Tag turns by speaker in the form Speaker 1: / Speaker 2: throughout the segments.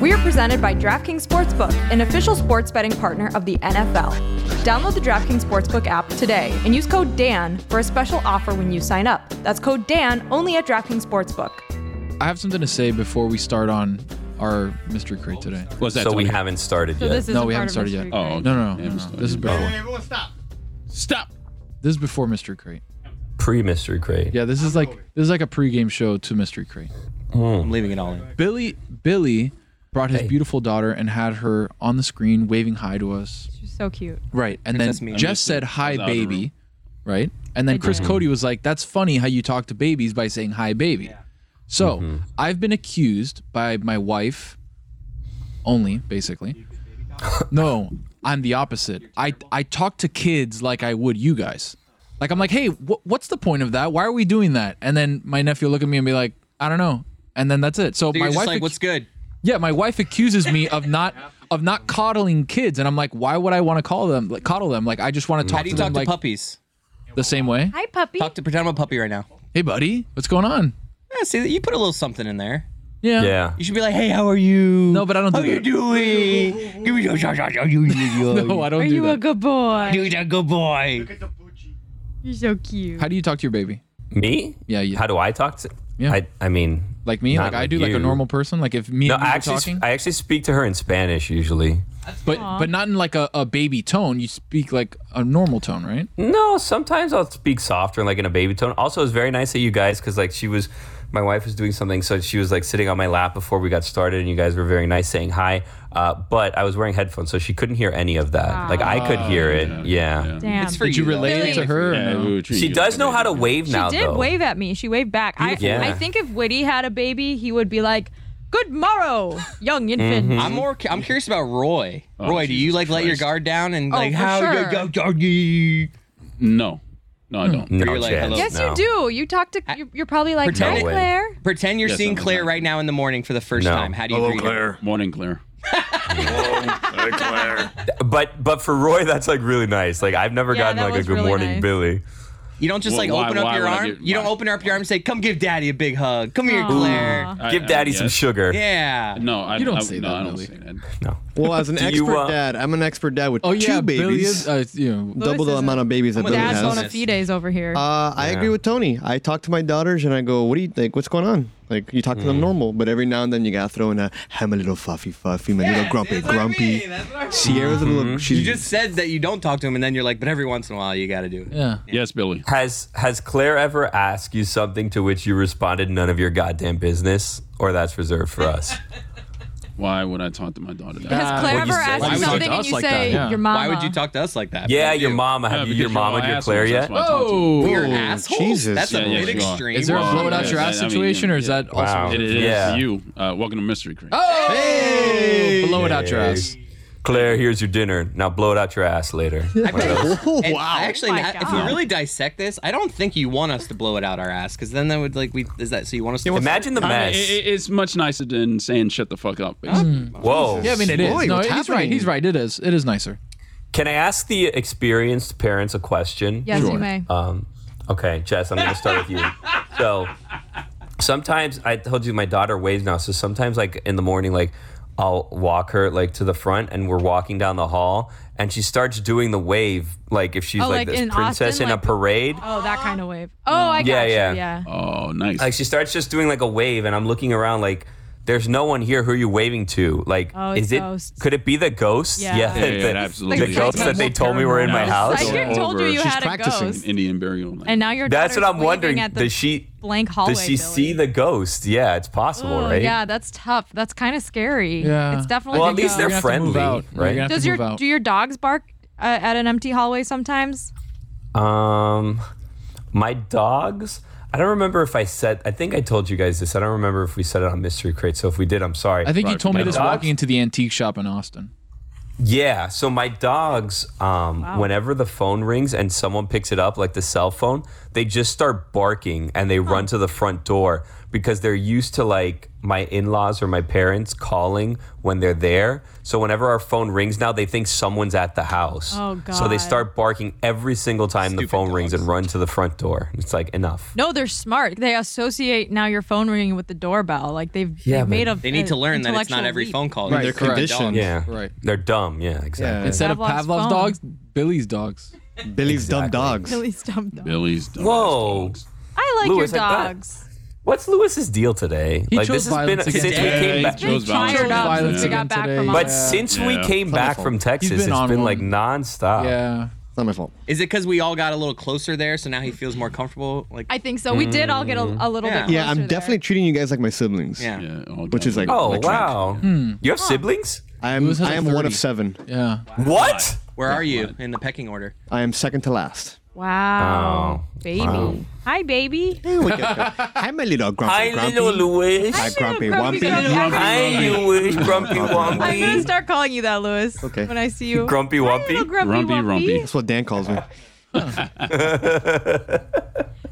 Speaker 1: We are presented by DraftKings Sportsbook, an official sports betting partner of the NFL. Download the DraftKings Sportsbook app today and use code DAN for a special offer when you sign up. That's code DAN only at DraftKings Sportsbook.
Speaker 2: I have something to say before we start on our mystery crate today.
Speaker 3: Was that
Speaker 4: so we
Speaker 3: deleted?
Speaker 4: haven't started
Speaker 5: So
Speaker 4: yet.
Speaker 5: this is
Speaker 2: No, we haven't started yet.
Speaker 3: Oh, okay.
Speaker 2: No, no, no,
Speaker 3: Yeah,
Speaker 2: no,
Speaker 3: we
Speaker 2: no.
Speaker 3: started.
Speaker 2: This is before.
Speaker 6: Oh.
Speaker 7: stop.
Speaker 3: Stop.
Speaker 2: This is before mystery crate.
Speaker 4: Pre mystery crate.
Speaker 2: Yeah, this is like this is like a pregame show to mystery crate.
Speaker 4: Mm.
Speaker 7: I'm leaving it all in.
Speaker 2: Billy Billy brought his
Speaker 4: Hey.
Speaker 2: beautiful daughter and had her on the screen waving hi to us.
Speaker 5: She's so cute.
Speaker 2: Right. And
Speaker 7: Princess
Speaker 2: then
Speaker 7: Mia.
Speaker 2: Jeff
Speaker 7: Understood.
Speaker 2: said hi
Speaker 3: Out of the
Speaker 2: baby. Right? And then
Speaker 5: I
Speaker 2: Chris
Speaker 5: did.
Speaker 2: Cody was like, That's funny how you talk to babies by saying hi baby. So I've been accused by my wife only, basically. no, I'm the opposite. I, I talk to kids like I would you guys. Like I'm like, hey, wh- what's the point of that? Why are we doing that? And then my nephew will look at me and be like, I don't know. And then that's it. So,
Speaker 7: So
Speaker 2: my
Speaker 7: you're
Speaker 2: wife
Speaker 7: just like,
Speaker 2: accu-
Speaker 7: what's good?
Speaker 2: yeah, my wife accuses me of not of not coddling kids, and I'm like, why would I want to call them like coddle them? Like I just want to talk
Speaker 7: How do you
Speaker 2: to
Speaker 7: talk
Speaker 2: them
Speaker 7: to
Speaker 2: like
Speaker 7: puppies?
Speaker 2: the same way.
Speaker 5: Hi, puppy.
Speaker 7: Talk to pretend I'm a puppy right now.
Speaker 2: Hey, buddy, what's going on?
Speaker 7: Yeah, see, you put a little something in there.
Speaker 2: Yeah.
Speaker 4: Yeah.
Speaker 7: You should be like, hey, how are you?
Speaker 2: No, but I don't
Speaker 7: How
Speaker 2: do
Speaker 7: you
Speaker 2: that.
Speaker 7: doing? Give me your shot, shot, shot. You, you, you,
Speaker 2: No, I don't
Speaker 5: Are
Speaker 2: do
Speaker 5: you
Speaker 2: that.
Speaker 5: a good boy?
Speaker 7: Dude, a good boy.
Speaker 5: You're so cute.
Speaker 2: How do you talk to your baby?
Speaker 4: Me?
Speaker 2: Yeah, you-
Speaker 4: How do I talk to?
Speaker 2: Yeah.
Speaker 4: I, I mean,
Speaker 2: Like me?
Speaker 4: Not
Speaker 2: Like I
Speaker 4: like
Speaker 2: do, like a
Speaker 4: you.
Speaker 2: normal person. Like if me
Speaker 4: no.
Speaker 2: and you
Speaker 4: I
Speaker 2: were
Speaker 4: actually,
Speaker 2: talking,
Speaker 4: I actually speak to her in Spanish usually.
Speaker 2: but but not in like a, a baby tone. You speak like a normal tone, right?
Speaker 4: No, sometimes I'll speak softer and like in a baby tone. Also, it's very nice of you guys because like she was, my wife was doing something, so she was like sitting on my lap before we got started, and you guys were very nice saying hi. Uh, but I was wearing headphones, so she couldn't hear any of that. Like I could hear it. Yeah.
Speaker 5: Damn.
Speaker 7: It's for
Speaker 2: Did you relate
Speaker 7: though.
Speaker 2: it to her? or
Speaker 3: Yeah,
Speaker 2: no?
Speaker 3: we would treat
Speaker 4: She
Speaker 3: you
Speaker 4: does
Speaker 3: like
Speaker 4: know
Speaker 3: a
Speaker 4: how to
Speaker 3: baby.
Speaker 4: wave
Speaker 5: She
Speaker 4: now,
Speaker 5: did
Speaker 4: though.
Speaker 5: wave at me. She waved back. I,
Speaker 4: Yeah.
Speaker 5: I think if Whitty had a baby, he would be like, "Good morrow, young infant."
Speaker 4: Mm-hmm.
Speaker 7: I'm more. cu- I'm curious about Roy.
Speaker 3: Oh,
Speaker 7: Roy, do you
Speaker 3: Jesus
Speaker 7: like let your
Speaker 3: Christ.
Speaker 7: guard down and
Speaker 5: Oh,
Speaker 7: like
Speaker 5: for
Speaker 7: how
Speaker 5: sure.
Speaker 7: you go, doggy?
Speaker 3: No. No, I don't.
Speaker 4: No
Speaker 7: You're like,
Speaker 4: chance.
Speaker 7: hello.
Speaker 5: yes,
Speaker 4: No.
Speaker 5: you do. You talk to. You're, you're probably like,
Speaker 7: Pretend
Speaker 5: "Hi,
Speaker 4: it-
Speaker 5: Claire."
Speaker 7: Pretend you're
Speaker 3: Yes,
Speaker 7: seeing
Speaker 3: I'm
Speaker 7: Claire
Speaker 3: not.
Speaker 7: right now in the morning for the first
Speaker 4: No.
Speaker 7: time. How do you greet her?
Speaker 3: Morning, Claire.
Speaker 4: But but for Roy, that's like really nice. Like I've never
Speaker 5: Yeah,
Speaker 4: gotten
Speaker 5: that
Speaker 4: like a
Speaker 5: was
Speaker 4: good
Speaker 5: really
Speaker 4: morning,
Speaker 5: nice.
Speaker 4: Billy.
Speaker 7: You don't just
Speaker 3: Wh-
Speaker 7: like
Speaker 3: why-
Speaker 7: open up
Speaker 3: why
Speaker 7: your
Speaker 3: would I
Speaker 7: arm.
Speaker 3: give-
Speaker 7: you don't
Speaker 3: why?
Speaker 7: open up your arm and say, "Come give Daddy a big hug." Come here,
Speaker 5: Aw.
Speaker 7: Claire.
Speaker 3: I-
Speaker 4: Give
Speaker 3: I-
Speaker 4: Daddy some
Speaker 3: yes.
Speaker 4: sugar.
Speaker 7: Uh-huh. Yeah.
Speaker 3: No, I,
Speaker 2: You don't
Speaker 3: I,
Speaker 2: say
Speaker 3: no,
Speaker 2: that,
Speaker 3: I don't
Speaker 2: Billy.
Speaker 3: say that.
Speaker 4: No.
Speaker 6: Well, as an
Speaker 4: Do you,
Speaker 6: expert
Speaker 4: uh,
Speaker 6: dad, I'm an expert dad with
Speaker 2: Oh yeah,
Speaker 6: two babies.
Speaker 2: Billy is. Uh, you know,
Speaker 6: double
Speaker 5: Louis
Speaker 6: the
Speaker 5: is
Speaker 6: amount
Speaker 5: a-
Speaker 6: of babies that
Speaker 7: I'm a
Speaker 6: Billy
Speaker 7: dad's
Speaker 5: Dad's
Speaker 6: has.
Speaker 5: bona
Speaker 7: bonus.
Speaker 5: fides over here.
Speaker 6: Uh, I agree with Tony. I talk to my daughters and I go, "What do you like? What's going on?" Like you talk to
Speaker 4: Mm.
Speaker 6: them normal, but every now and then you gotta throw in a, "I'm a little fuffy, fuffy, my little grumpy, grumpy." Sierra's a
Speaker 4: Mm-hmm.
Speaker 6: little. She's
Speaker 7: You just said that you don't talk to him, and then you're like, but every once in a while you got to do it.
Speaker 2: yeah.
Speaker 3: Yes, Billy.
Speaker 4: Has Has Claire ever asked you something to which you responded none of your goddamn business, or that's reserved for us?
Speaker 3: Why would I talk to my daughter that?
Speaker 5: Has Claire
Speaker 4: Well, you
Speaker 5: ever
Speaker 4: said-
Speaker 5: asked
Speaker 4: Why
Speaker 5: you
Speaker 4: would you
Speaker 5: something
Speaker 2: talk to
Speaker 5: and
Speaker 2: us
Speaker 5: you
Speaker 2: like
Speaker 5: say
Speaker 2: that? Yeah.
Speaker 5: your mama?
Speaker 7: Why would you talk to us like that?
Speaker 4: yeah,
Speaker 7: But
Speaker 4: your
Speaker 7: you-
Speaker 4: mama. Have you
Speaker 3: because
Speaker 4: your
Speaker 3: you're all
Speaker 4: mama and your
Speaker 3: assholes,
Speaker 4: Claire
Speaker 3: that's
Speaker 4: yet?
Speaker 3: why I talk to you.
Speaker 2: Oh.
Speaker 7: You're an
Speaker 6: Whoa,
Speaker 7: asshole.
Speaker 6: Jesus.
Speaker 7: That's a
Speaker 3: Yeah,
Speaker 7: bit
Speaker 3: yes, you are.
Speaker 7: extreme.
Speaker 2: Is there a
Speaker 3: Well,
Speaker 2: blow it out
Speaker 3: yeah,
Speaker 2: your
Speaker 3: that-
Speaker 2: ass
Speaker 3: I mean,
Speaker 2: situation, or is
Speaker 3: yeah.
Speaker 2: that also?
Speaker 4: Wow.
Speaker 3: It is
Speaker 4: Yeah.
Speaker 3: you. Uh, welcome to Mystery Crate.
Speaker 2: Oh, blow it out your ass.
Speaker 4: Claire, here's your dinner. Now blow it out your ass later.
Speaker 6: Oh,
Speaker 7: And
Speaker 6: wow.
Speaker 7: I actually,
Speaker 5: Oh my
Speaker 7: I- if we
Speaker 5: God.
Speaker 7: really dissect this, I don't think you want us to blow it out our ass, because then that would like we is that so you want us to
Speaker 4: Imagine the
Speaker 3: I mean,
Speaker 4: mess.
Speaker 3: it, it- it's much nicer than saying shut the fuck up.
Speaker 2: Oh,
Speaker 3: Basically.
Speaker 4: Whoa.
Speaker 2: Yeah, I mean it is.
Speaker 6: Hmm. Boy,
Speaker 2: no,
Speaker 6: what's
Speaker 2: he's right.
Speaker 6: happening?
Speaker 2: He's right. It is. It is nicer.
Speaker 4: Can I ask the experienced parents a question?
Speaker 5: Yes,
Speaker 2: Sure.
Speaker 5: you may.
Speaker 4: Um, okay, Jess, I'm going to start with you. So sometimes I told you my daughter waves now. So sometimes like in the morning, like I'll walk her like to the front and we're walking down the hall and she starts doing the wave like if she's
Speaker 5: Oh,
Speaker 4: like,
Speaker 5: like
Speaker 4: this
Speaker 5: in
Speaker 4: princess
Speaker 5: Austin,
Speaker 4: in
Speaker 5: like
Speaker 4: a
Speaker 5: the-
Speaker 4: parade.
Speaker 5: Oh, that kind of wave. Oh, I got
Speaker 4: Yeah,
Speaker 5: you.
Speaker 4: yeah.
Speaker 5: yeah.
Speaker 3: Oh, nice.
Speaker 4: Like she starts just doing like a wave, and I'm looking around like, there's no one here. Who are you waving to? Like,
Speaker 5: Oh, it's
Speaker 4: is it?
Speaker 5: ghosts.
Speaker 4: Could it be the ghosts?
Speaker 5: Yeah.
Speaker 3: Yeah, yeah, it
Speaker 4: the,
Speaker 3: absolutely
Speaker 4: The
Speaker 3: is.
Speaker 4: ghosts that they told me were in my
Speaker 3: No.
Speaker 4: house.
Speaker 5: Psychic
Speaker 3: It's
Speaker 5: told you
Speaker 3: over.
Speaker 5: you
Speaker 3: She's
Speaker 5: had a
Speaker 3: practicing
Speaker 5: ghost.
Speaker 3: Indian burial.
Speaker 5: And now your
Speaker 4: That's what
Speaker 5: daughter's
Speaker 4: I'm wondering.
Speaker 5: waving At the
Speaker 4: Does she?
Speaker 5: blank hallway?
Speaker 4: Does she see
Speaker 5: Billy.
Speaker 4: the ghost? Yeah, it's possible,
Speaker 5: Oh,
Speaker 4: right?
Speaker 5: Yeah, that's tough. That's kind of scary.
Speaker 2: Yeah.
Speaker 5: It's definitely.
Speaker 4: Well,
Speaker 5: the
Speaker 4: at least
Speaker 5: ghost.
Speaker 4: they're
Speaker 2: You're gonna have to move
Speaker 4: friendly,
Speaker 2: out. You're
Speaker 4: right?
Speaker 2: gonna have
Speaker 5: Does
Speaker 2: to
Speaker 5: your
Speaker 2: move out.
Speaker 5: do your dogs bark uh, at an empty hallway sometimes?
Speaker 4: Um, my dogs. I don't remember if I said. I think I told you guys this. I don't remember if we said it on Mystery Crate. So if we did, I'm sorry.
Speaker 2: I think you told me
Speaker 4: My
Speaker 2: this
Speaker 4: dogs-
Speaker 2: walking into the antique shop in Austin.
Speaker 4: Yeah. So my dogs, um, whenever the phone rings and someone picks it up, like the cell phone, they just start barking and they run to the front door because they're used to like my in-laws or my parents calling when they're there. So whenever our phone rings now, they think someone's at the house.
Speaker 5: Oh,
Speaker 4: So they
Speaker 5: God.
Speaker 4: start barking every single time the
Speaker 7: Stupid
Speaker 4: phone rings
Speaker 7: dogs.
Speaker 4: and run to the front door. It's like enough.
Speaker 5: No, they're smart. They associate now your phone ringing with the doorbell. Like they've,
Speaker 4: Yeah,
Speaker 5: they've
Speaker 4: but
Speaker 5: made a.
Speaker 7: They need to learn that it's not
Speaker 5: intellectual
Speaker 7: every
Speaker 5: leap.
Speaker 7: phone call.
Speaker 6: Right,
Speaker 7: They're
Speaker 6: they're conditioned.
Speaker 4: Yeah.
Speaker 2: Right.
Speaker 4: They're dumb. Yeah. Exactly.
Speaker 6: Yeah.
Speaker 2: Instead of
Speaker 5: Pavlov's
Speaker 2: Pavlov's
Speaker 5: phone.
Speaker 2: dogs, Billy's dogs.
Speaker 6: Billy's dumb
Speaker 4: Exactly.
Speaker 6: dogs.
Speaker 5: Really stumped up.
Speaker 3: Billy's dumbass
Speaker 4: Whoa.
Speaker 3: dogs.
Speaker 5: I like
Speaker 4: Louis,
Speaker 5: your
Speaker 4: like that.
Speaker 5: dogs.
Speaker 4: What's Lewis's deal today?
Speaker 2: He chose violence
Speaker 4: since we
Speaker 2: against
Speaker 7: today.
Speaker 4: came back.
Speaker 3: He chose
Speaker 5: They
Speaker 3: violence.
Speaker 5: fired up since
Speaker 2: Violence
Speaker 5: we
Speaker 2: again
Speaker 5: got back
Speaker 2: today.
Speaker 5: from
Speaker 4: But
Speaker 5: Austin.
Speaker 4: since we
Speaker 3: Yeah.
Speaker 4: came
Speaker 6: my
Speaker 4: back
Speaker 6: fault.
Speaker 4: from Texas,
Speaker 2: been
Speaker 4: it's
Speaker 2: on
Speaker 4: been
Speaker 2: one.
Speaker 4: like nonstop.
Speaker 2: Yeah.
Speaker 6: It's not my fault.
Speaker 7: Is it because we all got a little closer there, so now he feels more comfortable? Like,
Speaker 5: I think so. We did all get a, a little
Speaker 7: Yeah.
Speaker 5: bit.
Speaker 6: Yeah,
Speaker 5: closer
Speaker 6: I'm
Speaker 5: there.
Speaker 6: definitely treating you guys like my siblings.
Speaker 7: yeah.
Speaker 3: Yeah, all
Speaker 6: Which is
Speaker 3: dogs.
Speaker 6: like
Speaker 4: Oh
Speaker 6: like trash.
Speaker 4: wow. You have siblings?
Speaker 6: I am
Speaker 2: Lewis has
Speaker 6: I
Speaker 2: a
Speaker 6: am one
Speaker 2: 30.
Speaker 6: of seven.
Speaker 2: Yeah.
Speaker 4: What?
Speaker 7: Where are you in the pecking order?
Speaker 6: I am second to last. Oh.
Speaker 5: Wow,
Speaker 4: Wow.
Speaker 5: baby. Hi, baby.
Speaker 6: Hi, my little grumpy. grumpy.
Speaker 4: Louis.
Speaker 6: Hi, grumpy
Speaker 5: grumpy
Speaker 6: wumpy.
Speaker 5: grumpy.
Speaker 4: Hi, Louis. Grumpy
Speaker 5: I'm gonna
Speaker 4: Wumpy.
Speaker 5: start calling you that, Louis.
Speaker 6: Okay.
Speaker 5: When I see you.
Speaker 4: Grumpy
Speaker 5: Hi, little
Speaker 4: Wumpy.
Speaker 5: grumpy
Speaker 3: Rumpy,
Speaker 5: wumpy.
Speaker 3: rumpy.
Speaker 6: That's what Dan calls me.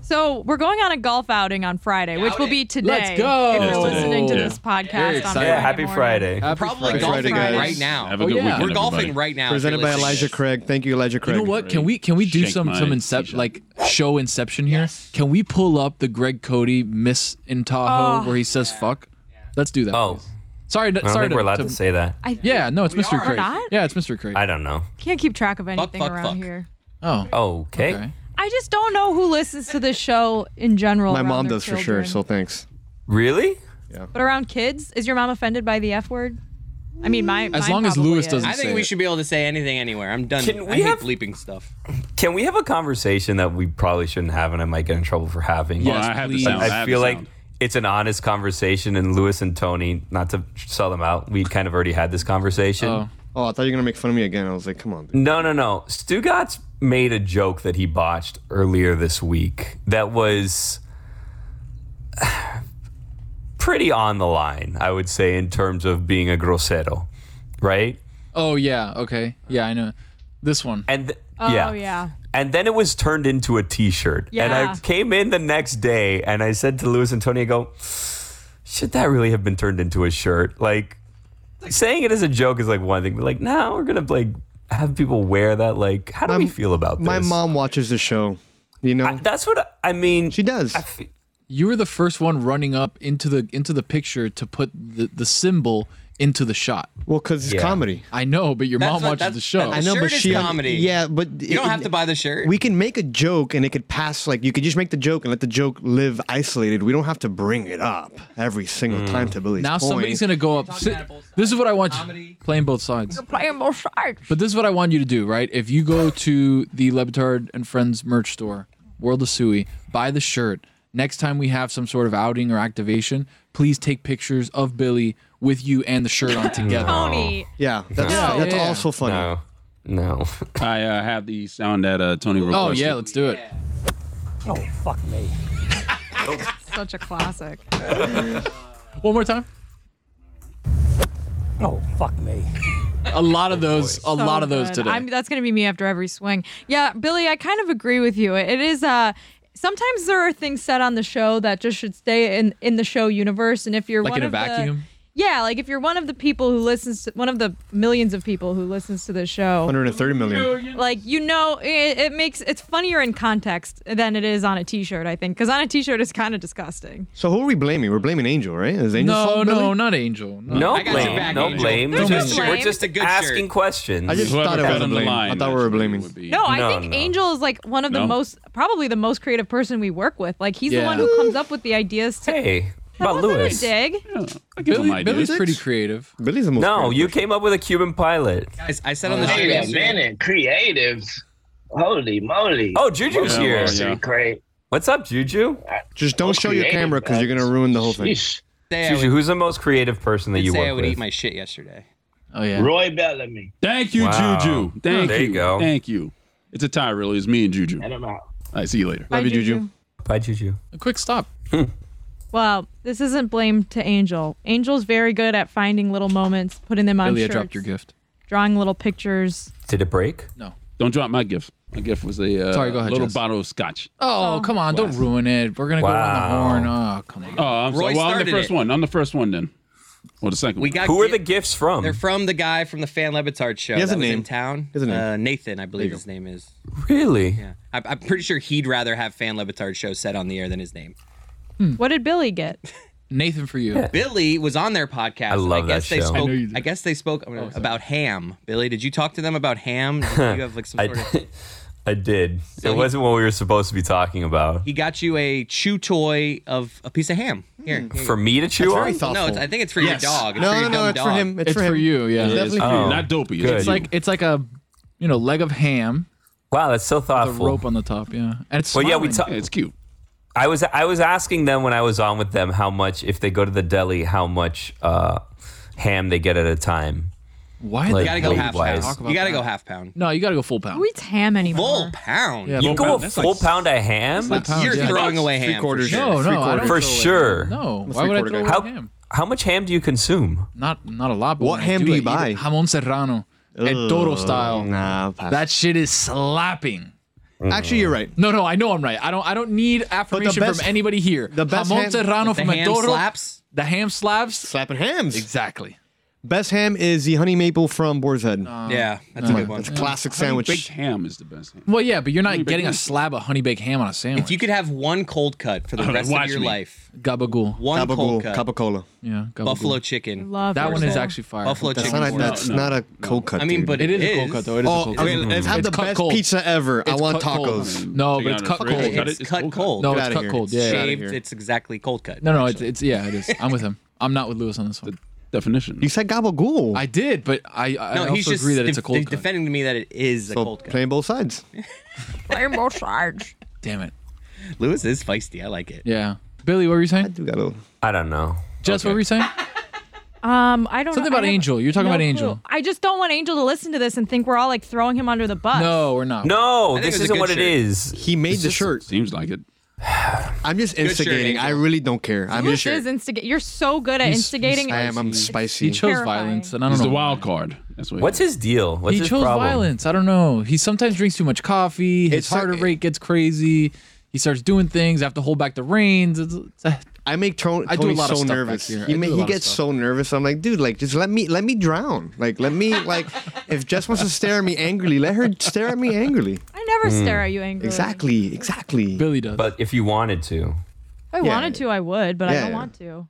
Speaker 5: So we're going on a golf outing on Friday, which will be today.
Speaker 2: Let's go.
Speaker 3: Yes,
Speaker 5: If you're
Speaker 3: today.
Speaker 5: listening to
Speaker 3: Yeah.
Speaker 5: this podcast,
Speaker 2: Very
Speaker 5: on
Speaker 2: excited.
Speaker 5: Friday
Speaker 4: Yeah, happy
Speaker 5: morning.
Speaker 4: Friday.
Speaker 7: Probably
Speaker 6: Friday,
Speaker 7: golfing
Speaker 6: guys.
Speaker 7: right now.
Speaker 3: Have a good
Speaker 2: Oh, yeah.
Speaker 3: weekend.
Speaker 2: We're
Speaker 7: We're golfing
Speaker 3: everybody.
Speaker 7: right now. if
Speaker 6: Presented
Speaker 7: you're
Speaker 6: by
Speaker 7: listening.
Speaker 6: Elijah Craig. Thank you, Elijah Craig.
Speaker 2: You know what? Can we can we do
Speaker 3: Shake
Speaker 2: some
Speaker 3: my
Speaker 2: some inception
Speaker 3: seashell.
Speaker 2: like show inception here? Can we pull up the Greg Cody miss in
Speaker 6: Oh.
Speaker 2: Tahoe where he says fuck? Let's do that.
Speaker 4: Oh.
Speaker 2: please. sorry, to-
Speaker 4: I don't
Speaker 2: sorry.
Speaker 4: think we're
Speaker 2: to-
Speaker 4: allowed
Speaker 2: to-
Speaker 4: to say that.
Speaker 5: I
Speaker 2: Yeah, no, it's Mystery
Speaker 5: are.
Speaker 2: Crate.
Speaker 5: We're not?
Speaker 2: Yeah, it's Mystery Crate.
Speaker 4: I don't know.
Speaker 5: can't keep track of anything
Speaker 7: fuck,
Speaker 5: around
Speaker 7: fuck.
Speaker 5: here.
Speaker 2: oh,
Speaker 4: Okay.
Speaker 2: okay.
Speaker 5: I just don't know who listens to this show in general.
Speaker 6: My
Speaker 5: around
Speaker 6: mom
Speaker 5: their
Speaker 6: does for sure.
Speaker 5: children.
Speaker 6: So thanks.
Speaker 4: Really?
Speaker 5: but around kids, is your mom offended by the f word? I mean, my
Speaker 2: As
Speaker 5: mine
Speaker 2: long as
Speaker 5: probably
Speaker 2: Louis
Speaker 5: is.
Speaker 2: doesn't
Speaker 7: I think
Speaker 2: say
Speaker 7: we
Speaker 2: it.
Speaker 7: should be able to say anything anywhere. I'm done.
Speaker 4: Can we
Speaker 7: I hate
Speaker 4: have-
Speaker 7: bleeping stuff.
Speaker 4: Can we have a conversation that we probably shouldn't have and I might get in trouble for having?
Speaker 3: Oh, I have the
Speaker 2: please.
Speaker 3: sound.
Speaker 2: I
Speaker 4: I
Speaker 3: have
Speaker 4: feel
Speaker 3: the
Speaker 4: like
Speaker 3: sound.
Speaker 4: it's an honest conversation, and Lewis and Tony, not to sell them out, we kind of already had this conversation.
Speaker 6: Oh, I thought you were gonna make fun of me again. I was like, come on, dude.
Speaker 4: No, no, no. Stugatz made a joke that he botched earlier this week that was pretty on the line, I would say, in terms of being a grosero, right?
Speaker 2: Oh yeah, okay. Yeah, I know. This one.
Speaker 4: And th-
Speaker 5: Oh yeah.
Speaker 4: And then it was turned into a T-shirt. And
Speaker 5: Yeah.
Speaker 4: I came in the next day, and I said to Louis and Tony, "I go, should that really have been turned into a shirt? Like, saying it as a joke is like one thing, but like, now we're gonna like have people wear that. Like, how do we feel about this?
Speaker 6: My mom watches the show. You know,
Speaker 4: I- that's what I mean.
Speaker 6: she does.
Speaker 4: I fe-
Speaker 2: You were the first one running up into the into the picture to put the, the symbol into the shot.
Speaker 6: Well, because it's
Speaker 4: Yeah.
Speaker 6: comedy.
Speaker 2: I know, but your
Speaker 7: That's
Speaker 2: mom
Speaker 7: what-
Speaker 2: watches
Speaker 7: that's-
Speaker 2: the show.
Speaker 7: that's-
Speaker 6: I know,
Speaker 7: shirt
Speaker 6: but
Speaker 7: is
Speaker 6: she
Speaker 7: comedy.
Speaker 6: Yeah, but
Speaker 7: You don't have to buy the shirt.
Speaker 6: We can make a joke and it could pass like you could just make the joke and let the joke live isolated. We don't have to bring it up every single time to Billy's
Speaker 2: now
Speaker 6: point.
Speaker 2: somebody's gonna go up. sit- this is what I want you playing both sides. But this is what I want you to do, right? If you go to the Lebetard and Friends merch store, World of Sui, buy the shirt. Next time we have some sort of outing or activation, please take pictures of Billy with you and the shirt on together.
Speaker 5: Tony,
Speaker 6: Yeah, that's
Speaker 2: Oh. No.
Speaker 6: that's
Speaker 2: Yeah.
Speaker 6: also funny.
Speaker 4: no, no.
Speaker 3: I uh, have the sound that uh, Tony requested.
Speaker 2: Oh yeah, let's do it.
Speaker 5: such a classic.
Speaker 2: One more time. Oh fuck me. A lot of those. A
Speaker 5: So
Speaker 2: lot of those
Speaker 5: good.
Speaker 2: today.
Speaker 5: I'm, that's gonna be me after every swing. Yeah, Billy, I kind of agree with you. It is uh sometimes there are things said on the show that just should stay in in the show universe. And if you're
Speaker 2: Like
Speaker 5: one
Speaker 2: in a
Speaker 5: of the-
Speaker 2: vacuum?
Speaker 5: Yeah, like if you're one of the people who listens to one of the millions of people who listens to this show,
Speaker 6: 130 million.
Speaker 5: like you know it, it makes it's funnier in context than it is on a t-shirt i think because on a t-shirt it's kind of disgusting
Speaker 6: So who are we blaming? We're blaming Angel, right? Is Angel
Speaker 2: No,
Speaker 6: fault, Billy?
Speaker 2: no, not Angel.
Speaker 4: No
Speaker 7: I got your
Speaker 4: blame.
Speaker 7: back,
Speaker 4: no
Speaker 7: Angel.
Speaker 4: blame.
Speaker 5: There's
Speaker 4: We're
Speaker 5: no
Speaker 4: just,
Speaker 5: blame.
Speaker 4: we're just
Speaker 7: It's a good
Speaker 4: asking
Speaker 7: shirt.
Speaker 4: questions.
Speaker 6: I just
Speaker 3: Whoever
Speaker 6: thought it
Speaker 3: got
Speaker 6: was a
Speaker 3: on the
Speaker 6: blame.
Speaker 3: line,
Speaker 6: I thought we
Speaker 3: that's
Speaker 6: were
Speaker 3: who it
Speaker 6: blaming.
Speaker 3: would be.
Speaker 5: no i
Speaker 4: No,
Speaker 5: think
Speaker 4: no.
Speaker 5: angel is like one of the
Speaker 3: No?
Speaker 5: most probably the most creative person we work with like he's the
Speaker 2: Yeah.
Speaker 5: one who comes up with the ideas to
Speaker 4: hey,
Speaker 5: That
Speaker 4: about
Speaker 5: wasn't
Speaker 4: Lewis.
Speaker 5: a dig
Speaker 3: Yeah, I give
Speaker 2: Billy,
Speaker 3: them
Speaker 2: Billy's
Speaker 3: ideas.
Speaker 2: pretty creative.
Speaker 6: Billy's the most.
Speaker 4: No,
Speaker 6: creative
Speaker 4: you
Speaker 6: person.
Speaker 4: came up with a Cuban pilot.
Speaker 7: Guys, I said on the show.
Speaker 8: Wait a
Speaker 7: yesterday-
Speaker 8: minute, creatives. Holy moly.
Speaker 4: Oh, Juju's
Speaker 3: Yeah,
Speaker 4: here.
Speaker 3: well, yeah.
Speaker 8: Cra-
Speaker 4: What's up, Juju?
Speaker 6: Just don't show your
Speaker 8: creative,
Speaker 6: camera because you're gonna
Speaker 8: guys.
Speaker 6: ruin the whole thing.
Speaker 8: Sheesh.
Speaker 7: Say I
Speaker 4: Juju,
Speaker 7: would-
Speaker 4: who's the most creative person that
Speaker 7: did
Speaker 4: you
Speaker 7: say I
Speaker 4: work
Speaker 7: would
Speaker 4: with?
Speaker 7: eat my shit yesterday.
Speaker 2: Oh yeah.
Speaker 8: Roy Bellamy.
Speaker 3: Thank you,
Speaker 4: Wow. Hmm.
Speaker 3: Juju. Thank
Speaker 4: There you go.
Speaker 3: Thank you. It's a tie, really. It's me and Juju.
Speaker 8: And I'm out.
Speaker 3: I see you later.
Speaker 5: Bye,
Speaker 6: Love you, Juju.
Speaker 4: Bye, Juju.
Speaker 2: A quick stop.
Speaker 5: well this isn't blame to angel angel's very good at finding little moments putting them on
Speaker 2: Billy, I
Speaker 5: shirts,
Speaker 2: dropped your gift.
Speaker 5: drawing little pictures
Speaker 4: Did it break?
Speaker 3: Don't drop my gift. My gift was a uh,
Speaker 2: Sorry, go ahead,
Speaker 3: little
Speaker 2: Jess.
Speaker 3: bottle of scotch.
Speaker 2: Oh, come on! Don't ruin it. We're gonna
Speaker 4: Wow.
Speaker 2: go on the horn. Oh, come on.
Speaker 3: Oh, I'm
Speaker 7: Roy
Speaker 3: sorry. Well, I'm the
Speaker 7: started
Speaker 3: first
Speaker 7: it.
Speaker 3: one. I'm the first one then. Well, the second
Speaker 7: We
Speaker 3: one.
Speaker 7: got
Speaker 4: Who are
Speaker 7: gi-
Speaker 4: the gifts from?
Speaker 7: They're from the guy from the Fan Lebitard show.
Speaker 6: He has
Speaker 7: that
Speaker 6: a
Speaker 7: was
Speaker 6: name.
Speaker 7: in town.
Speaker 6: He has a name.
Speaker 7: Uh, Nathan, I believe his name is.
Speaker 4: really?
Speaker 7: Yeah, I, I'm pretty sure he'd rather have Fan Lebitard show said on the air than his name.
Speaker 2: hmm.
Speaker 5: what did billy get
Speaker 2: Nathan for you.
Speaker 7: Billy was on their
Speaker 4: I
Speaker 7: podcast. and
Speaker 4: love
Speaker 7: I
Speaker 4: that
Speaker 7: guess they
Speaker 4: show. I
Speaker 7: Spoke,
Speaker 2: know you
Speaker 7: I,
Speaker 2: did.
Speaker 7: guess they spoke about ham. Billy, did you talk to them about ham? Did you have like some sort of?
Speaker 4: I, I did. it
Speaker 7: he-
Speaker 4: wasn't what we were supposed to be talking about.
Speaker 7: He got you a chew toy of a piece of ham. Here, here you
Speaker 4: For me to chew
Speaker 6: very
Speaker 4: on?
Speaker 6: thought-
Speaker 7: go. no, it's, I think it's for
Speaker 6: Yes.
Speaker 7: your dog. It's
Speaker 6: No,
Speaker 7: for
Speaker 6: no,
Speaker 7: your dumb
Speaker 6: no, it's
Speaker 7: dog.
Speaker 6: for him. It's,
Speaker 2: It's for
Speaker 6: him.
Speaker 2: you, yeah.
Speaker 6: It's
Speaker 2: It
Speaker 6: definitely
Speaker 3: It's
Speaker 6: for
Speaker 3: you.
Speaker 4: Oh.
Speaker 6: you.
Speaker 3: Not dopey.
Speaker 4: Good.
Speaker 3: It's
Speaker 2: It's like it's like a you know leg of ham,
Speaker 4: Wow, that's so
Speaker 2: the
Speaker 4: thoughtful.
Speaker 2: rope on the top. Yeah, and it's
Speaker 4: Well, yeah, we talked.
Speaker 2: smiling.
Speaker 3: it's cute.
Speaker 4: I was I was asking them when I was on with them how much if they go to the deli how much uh, ham they get at a time. Like,
Speaker 2: Why did
Speaker 7: You gotta go
Speaker 4: Weight
Speaker 7: half
Speaker 4: wise.
Speaker 2: Talk
Speaker 7: pound.
Speaker 2: about
Speaker 7: You gotta
Speaker 2: that.
Speaker 7: go half pound.
Speaker 2: No, you gotta go full pound.
Speaker 5: who eats ham
Speaker 7: Full
Speaker 5: anymore
Speaker 7: pound.
Speaker 2: Yeah,
Speaker 4: You
Speaker 2: full
Speaker 4: go
Speaker 2: pound.
Speaker 4: a
Speaker 3: that's
Speaker 4: full
Speaker 3: like-
Speaker 4: pound of ham?
Speaker 2: Full pound,
Speaker 7: You're
Speaker 2: yeah.
Speaker 7: throwing away ham.
Speaker 6: Three quarters.
Speaker 7: for sure.
Speaker 2: No,
Speaker 6: Three
Speaker 2: no, I don't
Speaker 6: quarters.
Speaker 4: For
Speaker 2: throw away
Speaker 4: sure.
Speaker 2: ham. No,
Speaker 6: That's
Speaker 2: why would I
Speaker 6: three-quarter
Speaker 2: throw away
Speaker 6: guy.
Speaker 4: How
Speaker 2: ham?
Speaker 4: how much ham do you consume?
Speaker 2: Not not a lot. But
Speaker 6: What
Speaker 2: when I
Speaker 6: ham do
Speaker 2: I
Speaker 6: you
Speaker 2: eat
Speaker 6: buy?
Speaker 2: it Jamon serrano, El Toro style.
Speaker 6: Nah, I'll pass.
Speaker 2: That shit is slapping.
Speaker 6: actually
Speaker 4: Mm.
Speaker 6: you're right.
Speaker 2: No, no, I know I'm right. I don't I don't need affirmation
Speaker 6: best-
Speaker 2: from anybody here.
Speaker 6: the best
Speaker 2: Jamon
Speaker 6: ham-
Speaker 2: serrano
Speaker 7: The
Speaker 2: from El
Speaker 7: ham
Speaker 2: Toro.
Speaker 7: slaps.
Speaker 2: The ham slaps.
Speaker 6: Slapping hams.
Speaker 2: Exactly.
Speaker 6: Best ham is the honey maple from Boar's Head.
Speaker 2: Uh, Um,
Speaker 7: Yeah, that's a good one.
Speaker 6: It's a classic
Speaker 3: Baked
Speaker 6: sandwich.
Speaker 3: ham is the best ham.
Speaker 2: Well, yeah, but you're not
Speaker 3: baked
Speaker 2: getting a
Speaker 3: ham.
Speaker 2: slab of honey baked ham on a sandwich.
Speaker 7: If you could have one cold cut for the
Speaker 3: Alright,
Speaker 7: rest of
Speaker 3: Oh, watch
Speaker 7: your
Speaker 3: me.
Speaker 7: life,
Speaker 2: gabagool.
Speaker 7: one cold
Speaker 6: Gabagool,
Speaker 7: cut.
Speaker 6: Coca Cola.
Speaker 2: Yeah, gabagool.
Speaker 7: buffalo chicken.
Speaker 5: love
Speaker 2: That one
Speaker 5: yourself.
Speaker 2: is actually fire.
Speaker 7: Buffalo
Speaker 6: That's
Speaker 7: chicken.
Speaker 6: not a,
Speaker 7: No,
Speaker 6: that's not a cold cut.
Speaker 7: I mean,
Speaker 6: dude.
Speaker 7: but
Speaker 2: It is a
Speaker 7: it
Speaker 2: cold cut though. It is a
Speaker 6: Oh,
Speaker 2: cold cut.
Speaker 6: okay. Let's have
Speaker 2: It's
Speaker 6: the
Speaker 2: cut
Speaker 6: best
Speaker 2: cold.
Speaker 6: pizza ever. I
Speaker 2: It's
Speaker 6: want
Speaker 2: cut cold.
Speaker 6: tacos.
Speaker 2: No,
Speaker 3: Take
Speaker 2: but
Speaker 3: it
Speaker 2: it's
Speaker 3: out
Speaker 2: cut
Speaker 3: of the fridge,
Speaker 2: cold.
Speaker 3: cut it,
Speaker 7: It's cut cold.
Speaker 2: No,
Speaker 6: Get
Speaker 2: it's
Speaker 6: outta
Speaker 2: cut
Speaker 6: here.
Speaker 2: cold. Yeah,
Speaker 6: Shit.
Speaker 2: yeah.
Speaker 7: Shaved.
Speaker 6: here.
Speaker 7: It's exactly cold cut.
Speaker 2: No, no, it's,
Speaker 7: actually.
Speaker 2: it's yeah, it is. I'm with him. I'm not with Lewis on this one.
Speaker 3: Definition.
Speaker 6: You said gabagool.
Speaker 2: I did, but I, I
Speaker 7: no.
Speaker 2: also
Speaker 7: he's just
Speaker 2: agree that it's a
Speaker 7: def-
Speaker 2: cold
Speaker 7: he's
Speaker 2: cut.
Speaker 7: defending to me that it is a
Speaker 6: so
Speaker 7: cold cut.
Speaker 6: playing both sides.
Speaker 2: Damn it.
Speaker 7: Lewis is feisty. I like it.
Speaker 2: Yeah. Billy, what were you
Speaker 6: I
Speaker 2: saying?
Speaker 6: do got a.
Speaker 4: I don't know.
Speaker 2: Jess, what were you saying?
Speaker 5: Um, I don't know.
Speaker 2: Something about
Speaker 5: I have
Speaker 2: Angel. You're talking
Speaker 5: no
Speaker 2: about Angel.
Speaker 5: clue. I just don't want Angel to listen to this and think we're all like throwing him under the bus.
Speaker 2: No, we're not.
Speaker 4: No,
Speaker 7: think
Speaker 4: this
Speaker 7: it was a
Speaker 4: isn't
Speaker 7: good
Speaker 4: what it
Speaker 7: shirt.
Speaker 4: is.
Speaker 6: He made the shirt.
Speaker 3: Seems like it.
Speaker 6: I'm just instigating. I really don't care. I'm
Speaker 5: Lewis
Speaker 6: just.
Speaker 5: is instigate. You're so good at instigating.
Speaker 6: I am. I'm
Speaker 2: He
Speaker 6: spicy.
Speaker 2: chose
Speaker 5: Terrifying.
Speaker 2: violence, and I don't
Speaker 3: He's
Speaker 2: know.
Speaker 3: the
Speaker 2: why.
Speaker 3: wild card. That's what.
Speaker 4: What's his deal? What's
Speaker 2: He
Speaker 4: his
Speaker 2: chose
Speaker 4: problem?
Speaker 2: violence. I don't know. He sometimes drinks too much coffee. His
Speaker 6: It's like-
Speaker 2: heart rate gets crazy. He starts doing things. I have to hold back the reins. It's, it's a-
Speaker 6: I make Tony,
Speaker 2: I do
Speaker 6: Tony
Speaker 2: a lot of
Speaker 6: so
Speaker 2: stuff back
Speaker 6: nervous.
Speaker 2: here.
Speaker 6: He,
Speaker 2: I
Speaker 6: ma-
Speaker 2: do a
Speaker 6: he
Speaker 2: lot of
Speaker 6: gets
Speaker 2: stuff.
Speaker 6: so nervous. I'm like, dude, like just let me let me drown. Like let me like if Jess wants to stare at me angrily, let her stare at me angrily.
Speaker 5: I never
Speaker 6: Hmm.
Speaker 5: stare at you angrily.
Speaker 6: Exactly, exactly.
Speaker 2: Billy does.
Speaker 4: But if you wanted to,
Speaker 5: If I
Speaker 6: Yeah.
Speaker 5: wanted to, I would, but I
Speaker 6: Yeah.
Speaker 5: don't want to.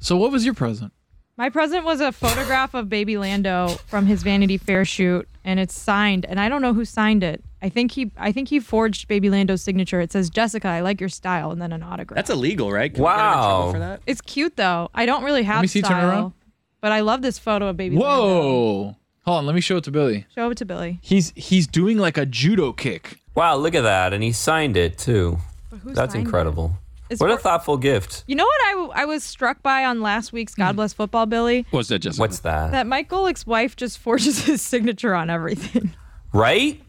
Speaker 2: so, what was your present?
Speaker 5: My present was a photograph of Baby Lando from his Vanity Fair shoot, and it's signed. And I don't know who signed it. I think he. I think he forged Baby Lando's signature. It says Jessica, I like your style, and then an autograph.
Speaker 7: That's illegal, right? Can we get him in trouble
Speaker 4: Wow.
Speaker 7: For that?
Speaker 5: It's cute though. I don't really have
Speaker 2: me see,
Speaker 5: style,
Speaker 2: turn around.
Speaker 5: but I love this photo of Baby Lando.
Speaker 2: Whoa! Hold on, let me show it to Billy.
Speaker 5: Show it to Billy.
Speaker 2: He's he's doing like a judo kick.
Speaker 4: wow, look at that, and he signed it too.
Speaker 5: who
Speaker 4: That's
Speaker 5: signed it?
Speaker 4: incredible.
Speaker 5: It's
Speaker 4: What a
Speaker 5: for-
Speaker 4: thoughtful gift.
Speaker 5: You know what I, w- I was struck by on last week's God
Speaker 2: Hmm.
Speaker 5: Bless Football, Billy?
Speaker 3: What's that, Jessica?
Speaker 4: What's
Speaker 2: Uh.
Speaker 4: that?
Speaker 5: That Mike Golick's wife just forges his signature on everything.
Speaker 4: right?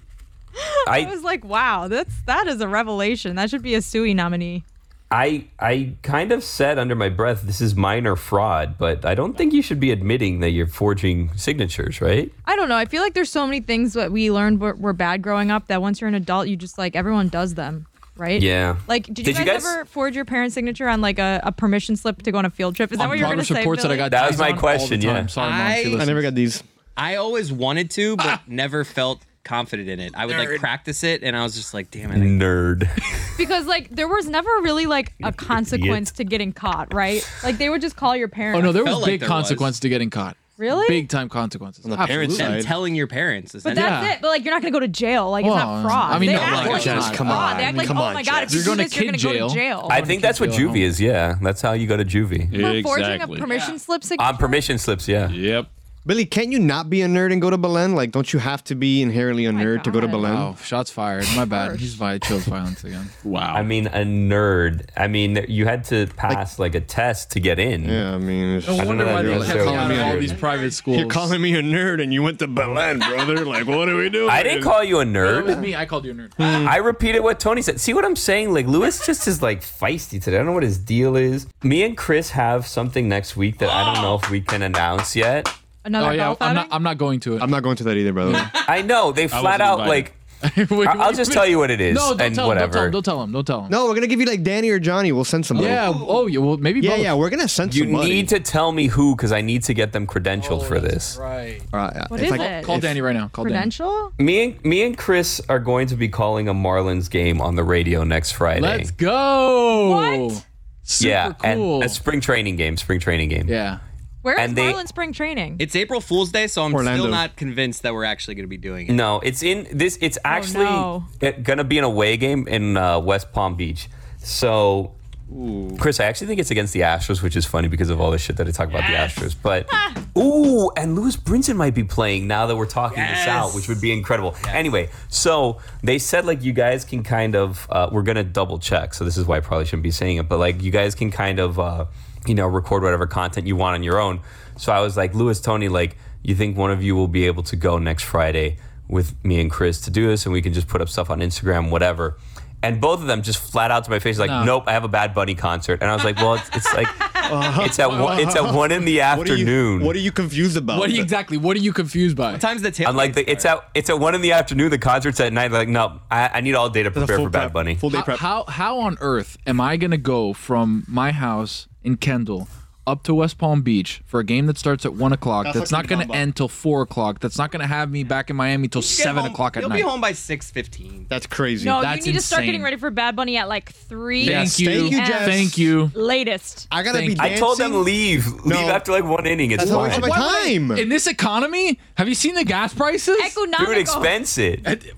Speaker 5: I
Speaker 4: I
Speaker 5: was like, wow, that's that is a revelation. That should be a Sui nominee.
Speaker 4: I I kind of said under my breath, this is minor fraud, but I don't think you should be admitting that you're forging signatures, right?
Speaker 5: I don't know. I feel like there's so many things that we learned were, were bad growing up that once you're an adult, you just like everyone does them. right?
Speaker 4: Yeah.
Speaker 5: Like, did you, guys, ever forge your parents' signature on like a, a permission slip to go on a field trip? Is that
Speaker 2: On
Speaker 5: what you're going to
Speaker 2: progress
Speaker 5: say?
Speaker 2: reports that I
Speaker 5: Billy?
Speaker 2: got That was my teased on all the question, yeah. time. Sorry, Mom, she
Speaker 7: I,
Speaker 2: listens. I never
Speaker 6: got these.
Speaker 7: I always wanted to, but
Speaker 2: Ah.
Speaker 7: never felt confident in it. I would like practice it, and I was just like, damn it.
Speaker 4: Nerd.
Speaker 5: because like there was never really like a consequence to getting caught, right? Like they would just call your parents.
Speaker 2: Oh no, there was big consequence to getting caught.
Speaker 5: Really?
Speaker 2: Big time consequences.
Speaker 7: On the parents'
Speaker 2: Absolutely.
Speaker 7: side. telling your parents.
Speaker 5: But that's it. But like you're not going to go to jail. Like it's not fraud.
Speaker 2: I mean,
Speaker 5: they
Speaker 2: no,
Speaker 5: act
Speaker 2: like,
Speaker 5: like
Speaker 2: Jess,
Speaker 5: it's
Speaker 2: come
Speaker 5: fraud.
Speaker 2: on.
Speaker 5: They act like,
Speaker 2: Come
Speaker 5: oh
Speaker 2: on,
Speaker 5: my god, if
Speaker 2: Jess.
Speaker 5: you
Speaker 2: You're
Speaker 5: do
Speaker 2: gonna
Speaker 5: this, you're going
Speaker 2: kid
Speaker 5: to go to
Speaker 2: jail.
Speaker 5: jail.
Speaker 4: I think that's what juvie is. Yeah, that's how you go to juvie.
Speaker 5: We're forging a permission slip signature.
Speaker 4: On permission slips, yeah.
Speaker 3: Yep.
Speaker 6: Billy, can't you not be a nerd and go to Belen? Like, don't you have to be inherently a nerd to go to Belen?
Speaker 2: Oh, shots fired. My bad. He's my chills violence again.
Speaker 3: Wow.
Speaker 4: I mean, a nerd. I mean, you had to pass like, a test to get in. Yeah,
Speaker 6: I mean,
Speaker 4: I don't know that necessarily was nerd.
Speaker 2: private schools.
Speaker 6: You're calling me a nerd and you went to Belen, brother. like, what are we doing?
Speaker 4: I didn't call you a
Speaker 2: That was
Speaker 4: nerd.
Speaker 2: me. I called you a nerd.
Speaker 6: Hmm.
Speaker 4: I repeated what Tony said. See what I'm saying? Like Lewis just is like feisty today. I don't know what his deal is. Me and Chris have something next week that I don't know if we can announce yet.
Speaker 5: Another
Speaker 2: oh, yeah,
Speaker 5: bell
Speaker 2: I'm not, I'm not going to it.
Speaker 6: I'm not going to that either, brother.
Speaker 4: I know they flat out like. I- I'll just tell you what it is
Speaker 2: No, don't
Speaker 4: and
Speaker 2: tell him. Don't tell
Speaker 4: whatever.
Speaker 2: him. Don't tell him. Don't tell him.
Speaker 6: no, we're gonna give you like Danny or Johnny. We'll send somebody.
Speaker 2: Yeah. Oh, yeah. Well, maybe.
Speaker 6: Yeah,
Speaker 2: both.
Speaker 6: yeah. We're gonna send
Speaker 4: You
Speaker 6: somebody.
Speaker 4: need to tell me who because I need to get them credentialed for this.
Speaker 2: Right.
Speaker 6: All right.
Speaker 5: What
Speaker 4: It's
Speaker 5: is
Speaker 4: like-
Speaker 5: it?
Speaker 4: Call Danny
Speaker 2: right now. Call Danny.
Speaker 5: Credential?
Speaker 4: Me and me and Chris are going to be calling a Marlins game on the radio next Friday.
Speaker 2: Let's go. What?
Speaker 4: yeah,
Speaker 2: cool.
Speaker 4: and a spring training game. Spring training game.
Speaker 2: Yeah.
Speaker 5: Where is
Speaker 4: And they-
Speaker 5: Marlin spring training?
Speaker 7: It's April Fool's Day, so I'm
Speaker 4: Orlando.
Speaker 7: still not convinced that we're actually going to be doing it.
Speaker 4: No, it's in this. It's actually
Speaker 7: Oh, no.
Speaker 4: it- gonna be an away game in uh, West Palm Beach. So, Chris, I actually think it's against the Astros, which is funny because of all the shit that I talk about the Astros. But ooh, and Lewis Brinson might be playing now that we're talking this out, which would be incredible. Anyway, so they said like you guys can kind of uh, we're gonna double check. So this is why I probably shouldn't be saying it, but like you guys can kind of uh, you know record whatever content you want on your own. So I was like, Lewis, Tony, like you think one of you will be able to go next Friday with me and Chris to do this, and we can just put up stuff on Instagram, whatever. And both of them just flat out to my face, like,
Speaker 2: No.
Speaker 4: nope, I have a Bad Bunny concert. And I was like, well, it's, it's like,
Speaker 2: Ah.
Speaker 4: it's at one, it's at one in the afternoon.
Speaker 6: are you confused about?
Speaker 2: What are you, exactly? What are you confused by? What
Speaker 7: time's the tail?
Speaker 4: I'm like, the, it's at it's at one in the afternoon. The concert's at night. Like, no, I, I need all day to prepare for Bad Bunny.
Speaker 2: How- How how on earth am I gonna go from my house in Kendall up to West Palm Beach for a game that starts at one o'clock?
Speaker 7: That's
Speaker 2: That's,
Speaker 7: what
Speaker 2: not
Speaker 7: I'm
Speaker 2: gonna
Speaker 7: talking about.
Speaker 2: end till four o'clock. That's not gonna have me back in Miami till
Speaker 7: Get
Speaker 2: seven
Speaker 7: home-
Speaker 2: o'clock at
Speaker 7: You'll
Speaker 2: night.
Speaker 7: be home by 6.15.
Speaker 6: That's crazy.
Speaker 5: no,
Speaker 2: That's
Speaker 5: you need to start
Speaker 2: insane.
Speaker 5: getting ready for Bad Bunny at like three.
Speaker 2: Thank you.
Speaker 5: PM
Speaker 2: Thank you.
Speaker 5: Latest.
Speaker 6: I
Speaker 2: gotta Thank be
Speaker 4: I
Speaker 2: you.
Speaker 4: told them leave, leave after like one inning. It's fine.
Speaker 2: time. In this economy, have you seen the gas prices?
Speaker 4: Dude, expense it.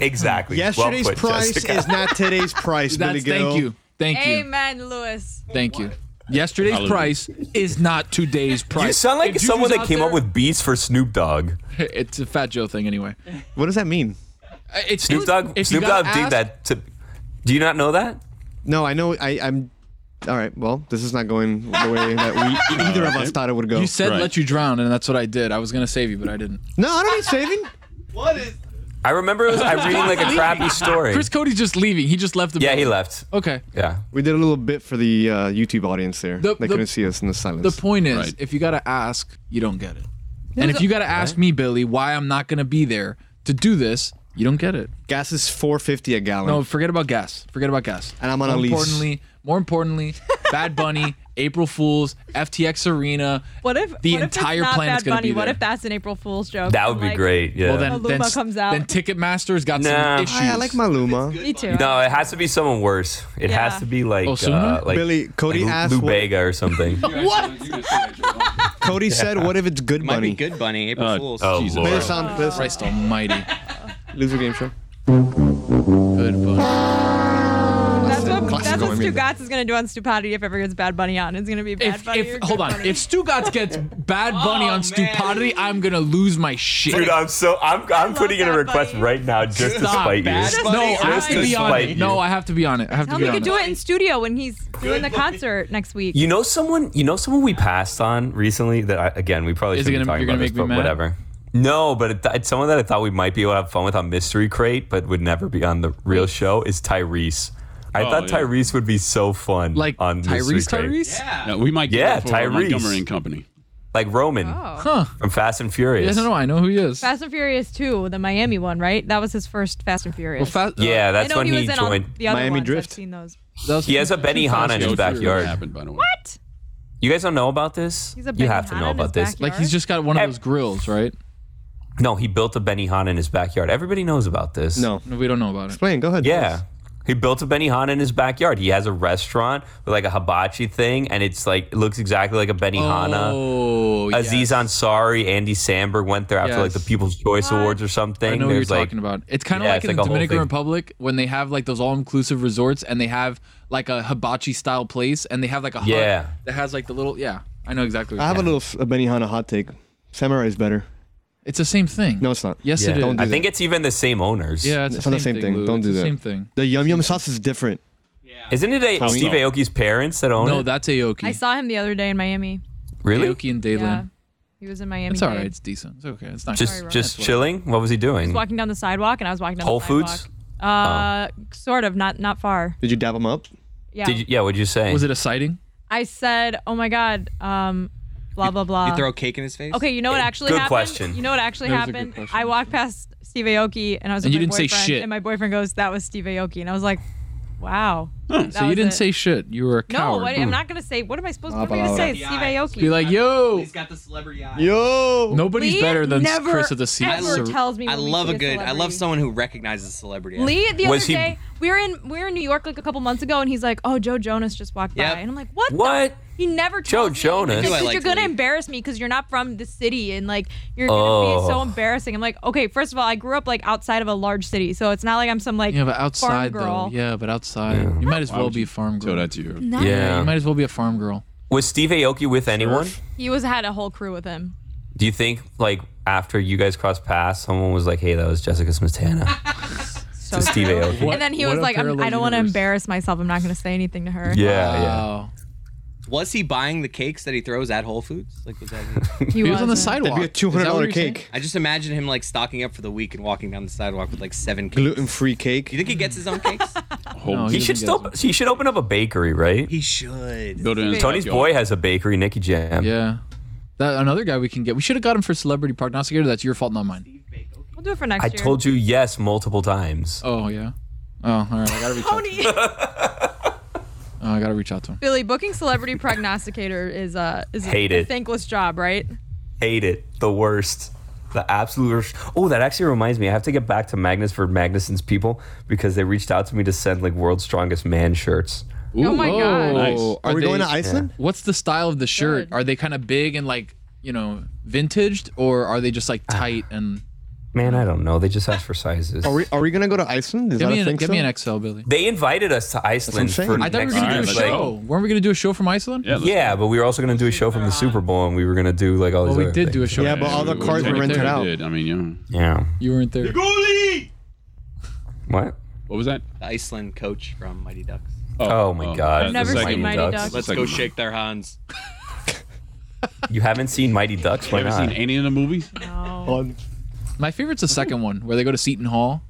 Speaker 4: exactly. Well
Speaker 6: Yesterday's
Speaker 4: put,
Speaker 6: price
Speaker 4: Jessica.
Speaker 6: is not today's price, Billy
Speaker 2: That's,
Speaker 6: Gill.
Speaker 2: thank you. Thank you.
Speaker 5: Amen, Lewis.
Speaker 2: Thank you. Yesterday's
Speaker 4: Hallelujah.
Speaker 2: price is not today's price.
Speaker 4: You sound like
Speaker 2: If Juju's
Speaker 4: someone that
Speaker 2: out
Speaker 4: came
Speaker 2: there-
Speaker 4: up with beats for Snoop Dogg.
Speaker 2: It's a Fat Joe thing, anyway.
Speaker 6: What does that mean?
Speaker 2: It's
Speaker 4: Snoop Dogg.
Speaker 2: if you
Speaker 4: Snoop
Speaker 2: got
Speaker 4: Dogg did
Speaker 2: asked-
Speaker 4: that. To, do you not know that?
Speaker 6: No, I know. I, I'm. All right. Well, this is not going the way that we either of us thought it would go.
Speaker 2: You said let you drown, and that's what I did. I was gonna save you, but I didn't.
Speaker 6: No, I don't need saving.
Speaker 4: I remember it was, I reading like a crappy story.
Speaker 2: Chris Cody's just leaving. He just left the. Yeah, he
Speaker 4: left.
Speaker 2: Okay.
Speaker 4: Yeah.
Speaker 6: We did a little bit for the uh, YouTube audience there.
Speaker 2: The-
Speaker 6: they
Speaker 2: the-
Speaker 6: couldn't see us in the silence.
Speaker 2: The point is, if you gotta ask, you don't get it.
Speaker 6: There's
Speaker 2: And if
Speaker 6: a-
Speaker 2: you gotta ask me, Billy, why I'm not gonna be there to do this, you don't get it.
Speaker 6: Gas is four fifty a gallon.
Speaker 2: No, forget about gas. Forget about gas.
Speaker 6: And I'm on
Speaker 2: more
Speaker 6: a lease.
Speaker 2: Importantly, more importantly, Bad Bunny, April Fools, FTX Arena.
Speaker 5: What if
Speaker 2: the
Speaker 5: what if it's
Speaker 2: entire
Speaker 5: not
Speaker 2: planet's
Speaker 5: Bad
Speaker 2: gonna
Speaker 5: Bunny?
Speaker 2: be
Speaker 5: What
Speaker 2: there?
Speaker 5: if that's an April Fool's joke?
Speaker 4: That would be
Speaker 5: Like,
Speaker 4: great. Yeah.
Speaker 2: Well, then, then,
Speaker 5: Maluma comes out.
Speaker 2: then Ticketmaster's got some issues.
Speaker 6: I, I like Maluma.
Speaker 5: Me too.
Speaker 4: No, it has to be someone worse. It
Speaker 5: Yeah.
Speaker 4: has to be like
Speaker 6: Ozuna?
Speaker 4: uh, like
Speaker 6: Billy, Cody
Speaker 4: like Lu-
Speaker 6: asked
Speaker 4: Lou
Speaker 6: what-
Speaker 4: Bega or something.
Speaker 6: Cody said, "What if it's Good
Speaker 7: Might
Speaker 6: Bunny?"
Speaker 7: be Good Bunny, April
Speaker 3: Uh,
Speaker 6: Oh,
Speaker 7: Fool's.
Speaker 4: oh, Jesus Lord.
Speaker 6: Play the sound. Play the sound.
Speaker 2: Christ Almighty.
Speaker 6: Loser game show.
Speaker 2: Good
Speaker 5: That's what,
Speaker 2: Classic
Speaker 5: that's what
Speaker 2: going in
Speaker 5: Stu Gatz is going to do on Stupidity if ever gets Bad Bunny on. It's going to be Bad
Speaker 2: If,
Speaker 5: Bunny. Oh,
Speaker 2: if hold on, if Stu Gatz gets Bad Bunny on stupidity, I'm gonna lose my shit.
Speaker 4: Dude, I'm so I'm I'm putting in a request right now just to
Speaker 2: Stop,
Speaker 4: spite you.
Speaker 2: Bad Bunny. No, I have
Speaker 4: just
Speaker 2: to be on
Speaker 4: spite
Speaker 2: it.
Speaker 4: you.
Speaker 2: No, I have to be on it. I have
Speaker 5: Tell
Speaker 2: to
Speaker 5: him
Speaker 2: be
Speaker 5: we
Speaker 2: on
Speaker 5: could do
Speaker 2: it.
Speaker 5: it in studio when he's doing the concert next week.
Speaker 4: You know someone you know someone we passed on recently that I, again we probably
Speaker 2: Is it
Speaker 4: shouldn't
Speaker 2: gonna-
Speaker 4: be talking
Speaker 2: you're
Speaker 4: about
Speaker 2: gonna
Speaker 4: this,
Speaker 2: make
Speaker 4: but
Speaker 2: me mad?
Speaker 4: whatever. No, but it, it's someone that I thought we might be able to have fun with on Mystery Crate, but would never be on the real show is Tyrese. I
Speaker 3: Oh,
Speaker 4: thought
Speaker 3: yeah.
Speaker 4: Tyrese would be so fun. Like on Mystery Crate.
Speaker 3: Yeah. we might get
Speaker 4: Yeah,
Speaker 3: that for
Speaker 4: Tyrese.
Speaker 3: Montgomery and Company.
Speaker 4: like Roman
Speaker 2: Oh.
Speaker 5: Huh.
Speaker 4: from Fast and Furious.
Speaker 2: no, I know who he is.
Speaker 5: Fast and Furious 2, the Miami one, right? That was his first Fast and Furious.
Speaker 4: Well, Fa- Yeah, that's
Speaker 5: I know
Speaker 4: when
Speaker 5: he,
Speaker 4: he
Speaker 5: was in all
Speaker 4: joined
Speaker 5: the other
Speaker 4: Miami
Speaker 5: ones.
Speaker 4: Drift.
Speaker 5: I've seen those.
Speaker 4: he has a Benny Hanna in his backyard.
Speaker 5: What?
Speaker 4: You guys don't know about this?
Speaker 5: He's a
Speaker 4: you
Speaker 5: Benihana
Speaker 4: have to know
Speaker 5: in his
Speaker 4: about this.
Speaker 5: backyard? Like, he's
Speaker 2: just got one of those grills, right?
Speaker 4: No, he built a Benihana in his backyard. Everybody knows about this.
Speaker 6: No.
Speaker 2: No, we don't know about it.
Speaker 6: Explain. Go ahead.
Speaker 4: Yeah. He built a Benihana in his backyard. He has a restaurant with like a hibachi thing, and it's like it looks exactly like a Benihana.
Speaker 2: Oh,
Speaker 4: Aziz Ansari, Andy Samberg went there after like the
Speaker 2: Yes.
Speaker 4: People's Choice Awards or something.
Speaker 2: I know what you're
Speaker 4: There's, like-
Speaker 2: talking about. It's kind of
Speaker 4: Yeah,
Speaker 2: like
Speaker 4: it's
Speaker 2: in
Speaker 4: like a
Speaker 2: the
Speaker 4: whole
Speaker 2: Dominican
Speaker 4: thing.
Speaker 2: Republic when they have like those all-inclusive resorts and they have like a hibachi style place and they have like a hut
Speaker 6: Yeah.
Speaker 2: that has like the little yeah. I know exactly. What
Speaker 6: I have
Speaker 2: you're
Speaker 6: a
Speaker 2: talking
Speaker 6: little f- a Benihana hot take. Samurai is better.
Speaker 2: It's the same thing.
Speaker 6: No, it's not.
Speaker 2: Yes, it Yeah. is.
Speaker 6: Don't do
Speaker 4: I think it's even the same owners.
Speaker 6: that. not the same thing. Don't do that. The yum yum sauce is different.
Speaker 4: Isn't it a,
Speaker 6: How
Speaker 4: Steve
Speaker 6: so?
Speaker 4: Aoki's parents that own it?
Speaker 6: No,
Speaker 2: that's Aoki.
Speaker 5: I saw him the other day in Miami.
Speaker 4: Really?
Speaker 2: Aoki and Dayland.
Speaker 5: Yeah. He was in Miami.
Speaker 2: It's all right.
Speaker 5: Dade.
Speaker 2: It's decent. It's okay. It's not
Speaker 4: Just
Speaker 5: Sorry, Rob.
Speaker 4: just
Speaker 5: That's
Speaker 4: chilling. What was he
Speaker 5: He was
Speaker 4: doing?
Speaker 5: walking down the sidewalk, and I was walking down
Speaker 4: Whole
Speaker 5: the
Speaker 4: Foods?
Speaker 5: sidewalk. Uh, sort of, not not far.
Speaker 6: Did you dab them up?
Speaker 5: Yeah.
Speaker 4: Did you, yeah. What'd you say?
Speaker 2: Was it a sighting?
Speaker 5: I said, "Oh my God," um, blah blah blah.
Speaker 7: You throw cake in his face?
Speaker 5: Okay, you know what actually
Speaker 7: Good
Speaker 5: happened?
Speaker 7: question.
Speaker 5: You know what actually
Speaker 7: That was a good
Speaker 5: happened?
Speaker 7: question.
Speaker 5: I walked past Steve Aoki and I was
Speaker 2: And
Speaker 5: with
Speaker 2: you
Speaker 5: my
Speaker 2: didn't say
Speaker 5: boyfriend,
Speaker 2: shit.
Speaker 5: and my boyfriend goes, "That was Steve Aoki," and I was like, "Wow." That
Speaker 2: So you
Speaker 5: was
Speaker 2: didn't
Speaker 5: it.
Speaker 2: say shit. You were a
Speaker 5: No,
Speaker 2: coward.
Speaker 5: what, I'm not gonna say. What am I supposed? What am I gonna say? It's Steve Aoki.
Speaker 2: Be like, yo. He's
Speaker 7: got the celebrity eye.
Speaker 6: Yo.
Speaker 2: Oh. Nobody's
Speaker 5: Lee
Speaker 2: better than
Speaker 5: never,
Speaker 2: Chris of the Sea.
Speaker 5: ever tells me
Speaker 7: I
Speaker 5: when we
Speaker 7: love
Speaker 5: see
Speaker 7: a good. I love
Speaker 5: celebrity.
Speaker 7: someone who recognizes a celebrity.
Speaker 5: Lee the other day, we were in we were in New York like a couple months ago, and he's like, "Oh, Joe Jonas just walked
Speaker 7: Yep.
Speaker 5: by," and I'm like, "What? the-
Speaker 4: What?
Speaker 5: He never
Speaker 4: Joe
Speaker 5: tells me.
Speaker 4: Jonas?
Speaker 5: Because
Speaker 4: Knew I
Speaker 5: you're
Speaker 4: liked
Speaker 5: gonna
Speaker 4: Lee.
Speaker 5: embarrass me because you're not from the city, and like you're gonna be so
Speaker 4: Oh.
Speaker 5: embarrassing." I'm like, "Okay, first of all, I grew up like outside of a large city, so it's not like I'm some like
Speaker 2: Yeah, but
Speaker 5: farm
Speaker 2: outside
Speaker 5: girl.
Speaker 2: though. Yeah, but outside. You might as
Speaker 3: Why
Speaker 2: well
Speaker 3: would
Speaker 2: be
Speaker 3: you
Speaker 2: a farm girl.
Speaker 3: tell that to your-
Speaker 5: No.
Speaker 2: Yeah,
Speaker 4: Yeah.
Speaker 2: you might as well be a farm girl.
Speaker 4: Was Steve Aoki with anyone?
Speaker 5: He was had a whole crew with him.
Speaker 4: Do you think like after you guys crossed paths, someone was like, "Hey, that was Jessica Smetana"?
Speaker 5: So
Speaker 4: to Steve
Speaker 5: true.
Speaker 4: Aoki.
Speaker 5: and then he was like, I'm, "I don't want to embarrass myself. I'm not gonna say anything to her."
Speaker 7: yeah. Was he buying the cakes that he throws at Whole Foods? Like was that?
Speaker 5: He He was on the wasn't.
Speaker 6: sidewalk. That'd be a $200
Speaker 7: Is that what you're
Speaker 6: cake.
Speaker 7: saying? I just imagine him like stocking up for the week and walking down the sidewalk with like seven cakes.
Speaker 6: Gluten free cake.
Speaker 7: You think he gets his own cakes?
Speaker 4: he, should still. He should open up a bakery, right?
Speaker 7: He should.
Speaker 2: Build it in his
Speaker 4: Tony's
Speaker 2: backyard.
Speaker 4: boy has a bakery, Nicky Jam.
Speaker 2: Yeah. That another guy we can get. We should have got him for celebrity prognosticator. That's your fault, not mine.
Speaker 5: We'll do it for next
Speaker 4: I
Speaker 5: year.
Speaker 4: told you yes multiple times.
Speaker 2: Oh yeah. Oh, all right. I gotta reach out.
Speaker 5: Tony.
Speaker 2: Oh, I gotta reach out to him.
Speaker 5: Billy, booking celebrity prognosticator is uh is
Speaker 4: Hate
Speaker 5: a
Speaker 4: it.
Speaker 5: thankless job, right?
Speaker 4: Hate it. The worst. The absolute worst. Oh, that actually reminds me. I have to get back to Magnus for Magnuson's people because they reached out to me to send like world's strongest man shirts.
Speaker 5: Oh my God. Nice.
Speaker 6: Are we going to Iceland?
Speaker 2: What's the style of the shirt? Are they kind of big and like you know vintaged, or are they just like
Speaker 4: Ah.
Speaker 2: tight and?
Speaker 4: Man, I don't know. They just asked for sizes.
Speaker 6: Are we are we gonna go to Iceland? Is
Speaker 2: Give
Speaker 6: that
Speaker 2: me
Speaker 6: a
Speaker 2: an-
Speaker 6: thing?
Speaker 2: give me an XL, Billy.
Speaker 4: They invited us to Iceland
Speaker 6: saying.
Speaker 4: for
Speaker 6: I
Speaker 2: I thought we were
Speaker 4: next
Speaker 2: gonna do a
Speaker 4: year, like-
Speaker 2: show. Oh, Weren't we gonna do a show from Iceland?
Speaker 4: Yeah, but we were also gonna do a show from the Super Bowl, and we were gonna do like all these.
Speaker 2: Well, we
Speaker 4: other
Speaker 2: did do a
Speaker 4: things.
Speaker 2: show. Yeah, but all the cars were rented out.
Speaker 3: Did. I mean,
Speaker 4: yeah.
Speaker 2: You weren't there.
Speaker 4: What?
Speaker 3: What was that?
Speaker 7: The Iceland coach from Mighty Ducks.
Speaker 4: Oh, my God!
Speaker 7: I've never
Speaker 4: the
Speaker 7: seen
Speaker 4: Mighty
Speaker 7: Mighty
Speaker 4: Ducks.
Speaker 7: Ducks. Let's go shake their hands.
Speaker 4: You haven't seen Mighty Ducks? Why
Speaker 2: You haven't
Speaker 4: not?
Speaker 2: seen
Speaker 3: any of the movies?
Speaker 2: My favorite's the second one where they go to Seton Hall.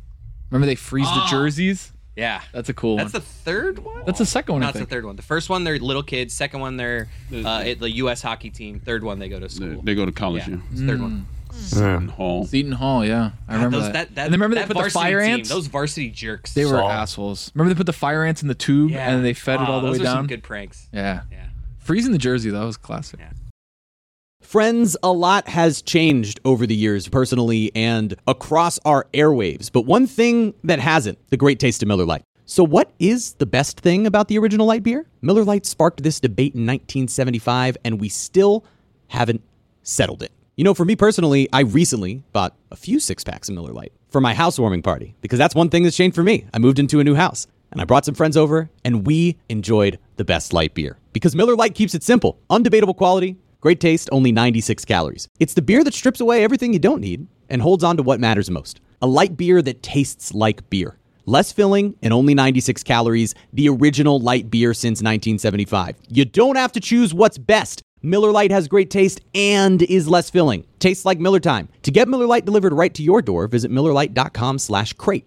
Speaker 2: Remember they freeze the
Speaker 7: Oh.
Speaker 2: jerseys.
Speaker 7: Yeah.
Speaker 2: That's a cool
Speaker 7: That's
Speaker 2: one.
Speaker 7: the third one.
Speaker 2: That's the second one. I
Speaker 7: That's the
Speaker 2: think.
Speaker 7: third one. The first one, they're little kids. Second one, they're uh, it, the U.S. hockey team. Third one, they go to school.
Speaker 3: They go to college. Yeah.
Speaker 7: It's the third one.
Speaker 3: Seton Hall.
Speaker 2: Hmm. Seton Hall. Yeah, I remember
Speaker 7: Those,
Speaker 2: that.
Speaker 7: that, that,
Speaker 2: And remember
Speaker 7: that
Speaker 2: they put the
Speaker 7: varsity
Speaker 2: fire
Speaker 7: team,
Speaker 2: ants.
Speaker 7: Those varsity jerks.
Speaker 2: They were
Speaker 7: Saw.
Speaker 2: assholes. Remember they put the fire ants in the tube and they fed it
Speaker 7: Oh,
Speaker 2: all the
Speaker 7: those
Speaker 2: way
Speaker 7: are
Speaker 2: down.
Speaker 7: Some good pranks.
Speaker 2: Yeah. Freezing the jersey, that was classic.
Speaker 9: Friends, a lot has changed over the years, personally and across our airwaves. But one thing that hasn't the great taste of Miller Lite. So, what is the best thing about the original light beer? Miller Lite sparked this debate in 1975, and we still haven't settled it. You know, for me personally, I recently bought a few six packs of Miller Lite for my housewarming party because that's one thing that's changed for me. I moved into a new house and I brought some friends over and we enjoyed the best light beer because Miller Lite keeps it simple, undebatable quality, great taste, only 96 calories. It's the beer that strips away everything you don't need and holds on to what matters most. A light beer that tastes like beer. Less filling and only 96 calories, the original light beer since 1975. You don't have to choose what's best. Miller Lite has great taste and is less filling. Tastes like Miller time. To get Miller Lite delivered right to your door, visit MillerLite.com slash crate.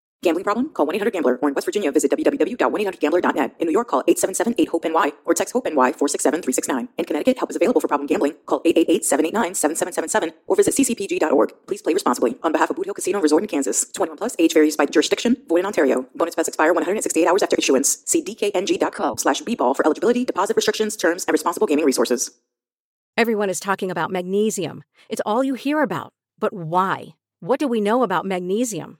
Speaker 10: Gambling problem? Call 1-800-GAMBLER or in West Virginia, visit www.1800gambler.net. In New York, call 877-8-HOPE-NY or text HOPE-NY 467-369. In Connecticut, help is available for problem gambling. Call 888-789-7777 or visit ccpg.org. Please play responsibly. On behalf of Boot Hill Casino Resort in Kansas, 21 plus, age varies by jurisdiction, void in Ontario. Bonus bets expire 168 hours after issuance. See dkng.co slash bball for eligibility, deposit restrictions, terms, and responsible gaming resources.
Speaker 11: Everyone is talking about magnesium. It's all you hear about. But why? What do we know about magnesium?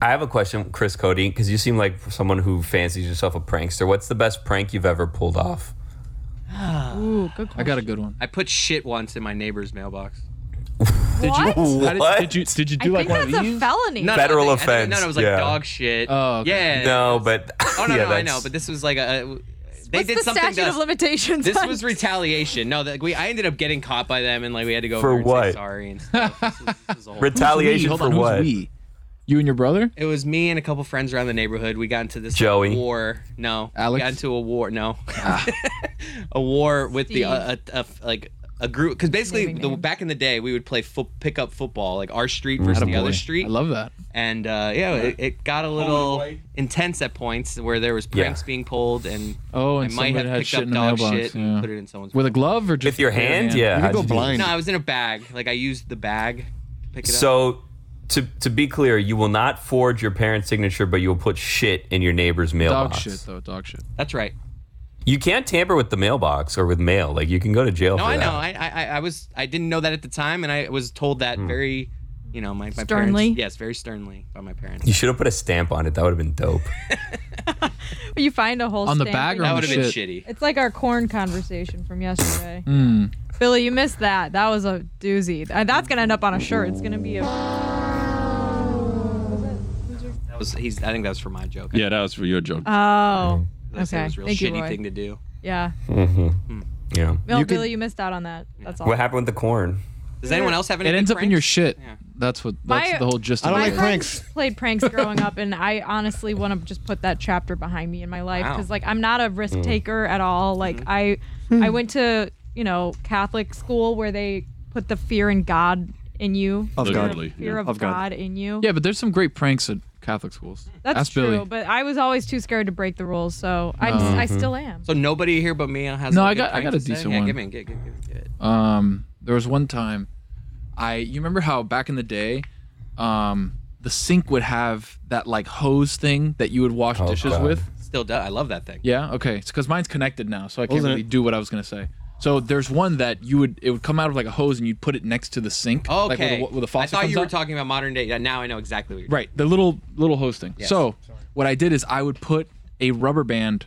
Speaker 4: I have a question, Chris Cody, because you seem like someone who fancies yourself a prankster. What's the best prank you've ever pulled off?
Speaker 5: Ooh, good
Speaker 2: I got a good one.
Speaker 7: I put shit once in my neighbor's mailbox.
Speaker 2: Did you,
Speaker 7: What?
Speaker 2: how
Speaker 4: What?
Speaker 2: Did, did you did
Speaker 5: I
Speaker 2: you do
Speaker 5: think
Speaker 2: like one of
Speaker 5: that's
Speaker 2: these?
Speaker 5: a felony.
Speaker 7: No, no, I
Speaker 4: Federal
Speaker 7: think- I think- No,
Speaker 4: offense,
Speaker 7: no, it was like
Speaker 4: yeah.
Speaker 7: dog shit.
Speaker 4: Oh,
Speaker 2: okay.
Speaker 7: yeah.
Speaker 4: No, but
Speaker 7: Oh no,
Speaker 4: yeah,
Speaker 7: no, I know,
Speaker 4: that's-
Speaker 7: but this was like a. uh, They
Speaker 5: What's
Speaker 7: did
Speaker 5: the
Speaker 7: something
Speaker 5: statute
Speaker 7: to
Speaker 5: of
Speaker 7: us.
Speaker 5: limitations
Speaker 7: This
Speaker 5: on-
Speaker 7: was retaliation. No, that we I ended up getting caught by them, and like we had to go
Speaker 4: For
Speaker 7: over and say
Speaker 4: what?
Speaker 7: sorry and stuff. This was- this was a whole-
Speaker 4: Retaliation
Speaker 2: Hold
Speaker 4: for
Speaker 2: on, who's
Speaker 4: what?
Speaker 2: we? You and your brother?
Speaker 7: It was me and a couple friends around the neighborhood. We got into this like,
Speaker 2: Joey.
Speaker 7: war. No,
Speaker 2: Alex? Ah.
Speaker 7: We got into a war. No, a war with the uh, a, a- like a group because basically the, back in the day we would play fo- pick up football like our street versus the other
Speaker 2: Mm-hmm. Attaboy.
Speaker 7: street.
Speaker 2: I love that.
Speaker 7: And uh, yeah, it, it got a little intense at points where there was
Speaker 2: Yeah.
Speaker 7: pranks being pulled, and
Speaker 2: Oh, and
Speaker 7: I might
Speaker 2: somebody
Speaker 7: have
Speaker 2: had
Speaker 7: picked
Speaker 2: shit
Speaker 7: up
Speaker 2: in the
Speaker 7: dog
Speaker 2: mailbox,
Speaker 7: shit
Speaker 2: yeah.
Speaker 7: and put it in someone's
Speaker 2: With a glove or just
Speaker 4: With your hand? Yeah,
Speaker 2: You could
Speaker 4: how'd
Speaker 2: go
Speaker 4: you do
Speaker 2: blind.
Speaker 7: No, I was in a bag. Like I used the bag to pick it up.
Speaker 4: So, to to be clear, you will not forge your parents' signature, but you will put shit in your neighbor's
Speaker 2: Dog
Speaker 4: mailbox.
Speaker 2: shit though. Dog shit.
Speaker 7: That's right.
Speaker 4: You can't tamper with the mailbox or with mail. Like you can go to jail.
Speaker 7: No,
Speaker 4: for
Speaker 7: I
Speaker 4: that.
Speaker 7: know. I, I I- I was I didn't know that at the time, and I was told that
Speaker 4: Hmm.
Speaker 7: very, you know, my, my
Speaker 5: Sternly?
Speaker 7: Parents, yes, very sternly by my parents.
Speaker 4: You should have put a stamp on it. That would have been dope.
Speaker 5: You find a whole
Speaker 4: On the
Speaker 5: stamp
Speaker 4: bag
Speaker 5: for
Speaker 4: or on
Speaker 5: your-
Speaker 4: That would've been shit? shitty.
Speaker 5: It's like our corn conversation from yesterday.
Speaker 7: Hmm.
Speaker 2: Mm.
Speaker 5: Billy, you missed that. That was a doozy. Uh, That's gonna end up on a shirt. It's gonna be a.
Speaker 7: That was he's. I think that was for my joke.
Speaker 3: Yeah, that was for your joke.
Speaker 5: Oh.
Speaker 7: That
Speaker 5: Okay.
Speaker 7: was a real
Speaker 5: Thank you,
Speaker 7: shitty
Speaker 5: Roy.
Speaker 7: thing to do.
Speaker 5: Yeah.
Speaker 4: Mm-hmm. Yeah.
Speaker 5: No, Billy, you missed out on that. That's all.
Speaker 4: What happened with the corn?
Speaker 7: Does anyone else have any?
Speaker 2: It ends up in your shit.
Speaker 7: Yeah.
Speaker 2: That's what. That's
Speaker 5: My-
Speaker 2: the whole gist.
Speaker 5: I don't
Speaker 2: of it.
Speaker 5: like pranks. Played pranks growing up, and I honestly want to just put that chapter behind me in my life
Speaker 2: Wow.
Speaker 5: because, like, I'm not a risk
Speaker 2: Mm.
Speaker 5: taker at all. Like,
Speaker 4: Mm-hmm.
Speaker 5: I,
Speaker 2: Hmm.
Speaker 5: I went to you know Catholic school where they put the fear in God in you,
Speaker 2: Of
Speaker 5: You know,
Speaker 2: God.
Speaker 5: the
Speaker 2: Literally,
Speaker 5: fear
Speaker 2: yeah.
Speaker 5: of,
Speaker 2: Of
Speaker 5: God.
Speaker 2: God.
Speaker 5: in you.
Speaker 2: Yeah, but there's some great pranks at Catholic schools.
Speaker 5: that's
Speaker 2: Ask
Speaker 5: true.
Speaker 2: Billy.
Speaker 5: But I was always too scared to break the rules, so I,
Speaker 2: Oh.
Speaker 5: I still am.
Speaker 7: So nobody here but me has.
Speaker 2: No,
Speaker 7: a
Speaker 2: I
Speaker 7: good
Speaker 2: got- I
Speaker 7: prank
Speaker 2: got a
Speaker 7: to say?
Speaker 2: decent
Speaker 7: yeah,
Speaker 2: one.
Speaker 7: Give me, give, give, give, give it.
Speaker 2: Um, there was one time, I you remember how back in the day, um, the sink would have that like hose thing that you would wash dishes
Speaker 7: Oh, God.
Speaker 2: with.
Speaker 7: Still does. I love that thing.
Speaker 2: Yeah. Okay. It's because mine's connected now, so I can't
Speaker 7: Wasn't
Speaker 2: really
Speaker 7: it?
Speaker 2: do what I was gonna say. So there's one that you would it would come out of like a hose and you'd put it next to the sink.
Speaker 7: Okay.
Speaker 2: Like where the, where
Speaker 7: I
Speaker 2: the faucet
Speaker 7: thought
Speaker 2: comes
Speaker 7: you were
Speaker 2: out.
Speaker 7: talking about modern day. Yeah, Now I know exactly what you're.
Speaker 2: Right, the little little hose thing.
Speaker 7: Yes.
Speaker 2: So what I did is I would put a rubber band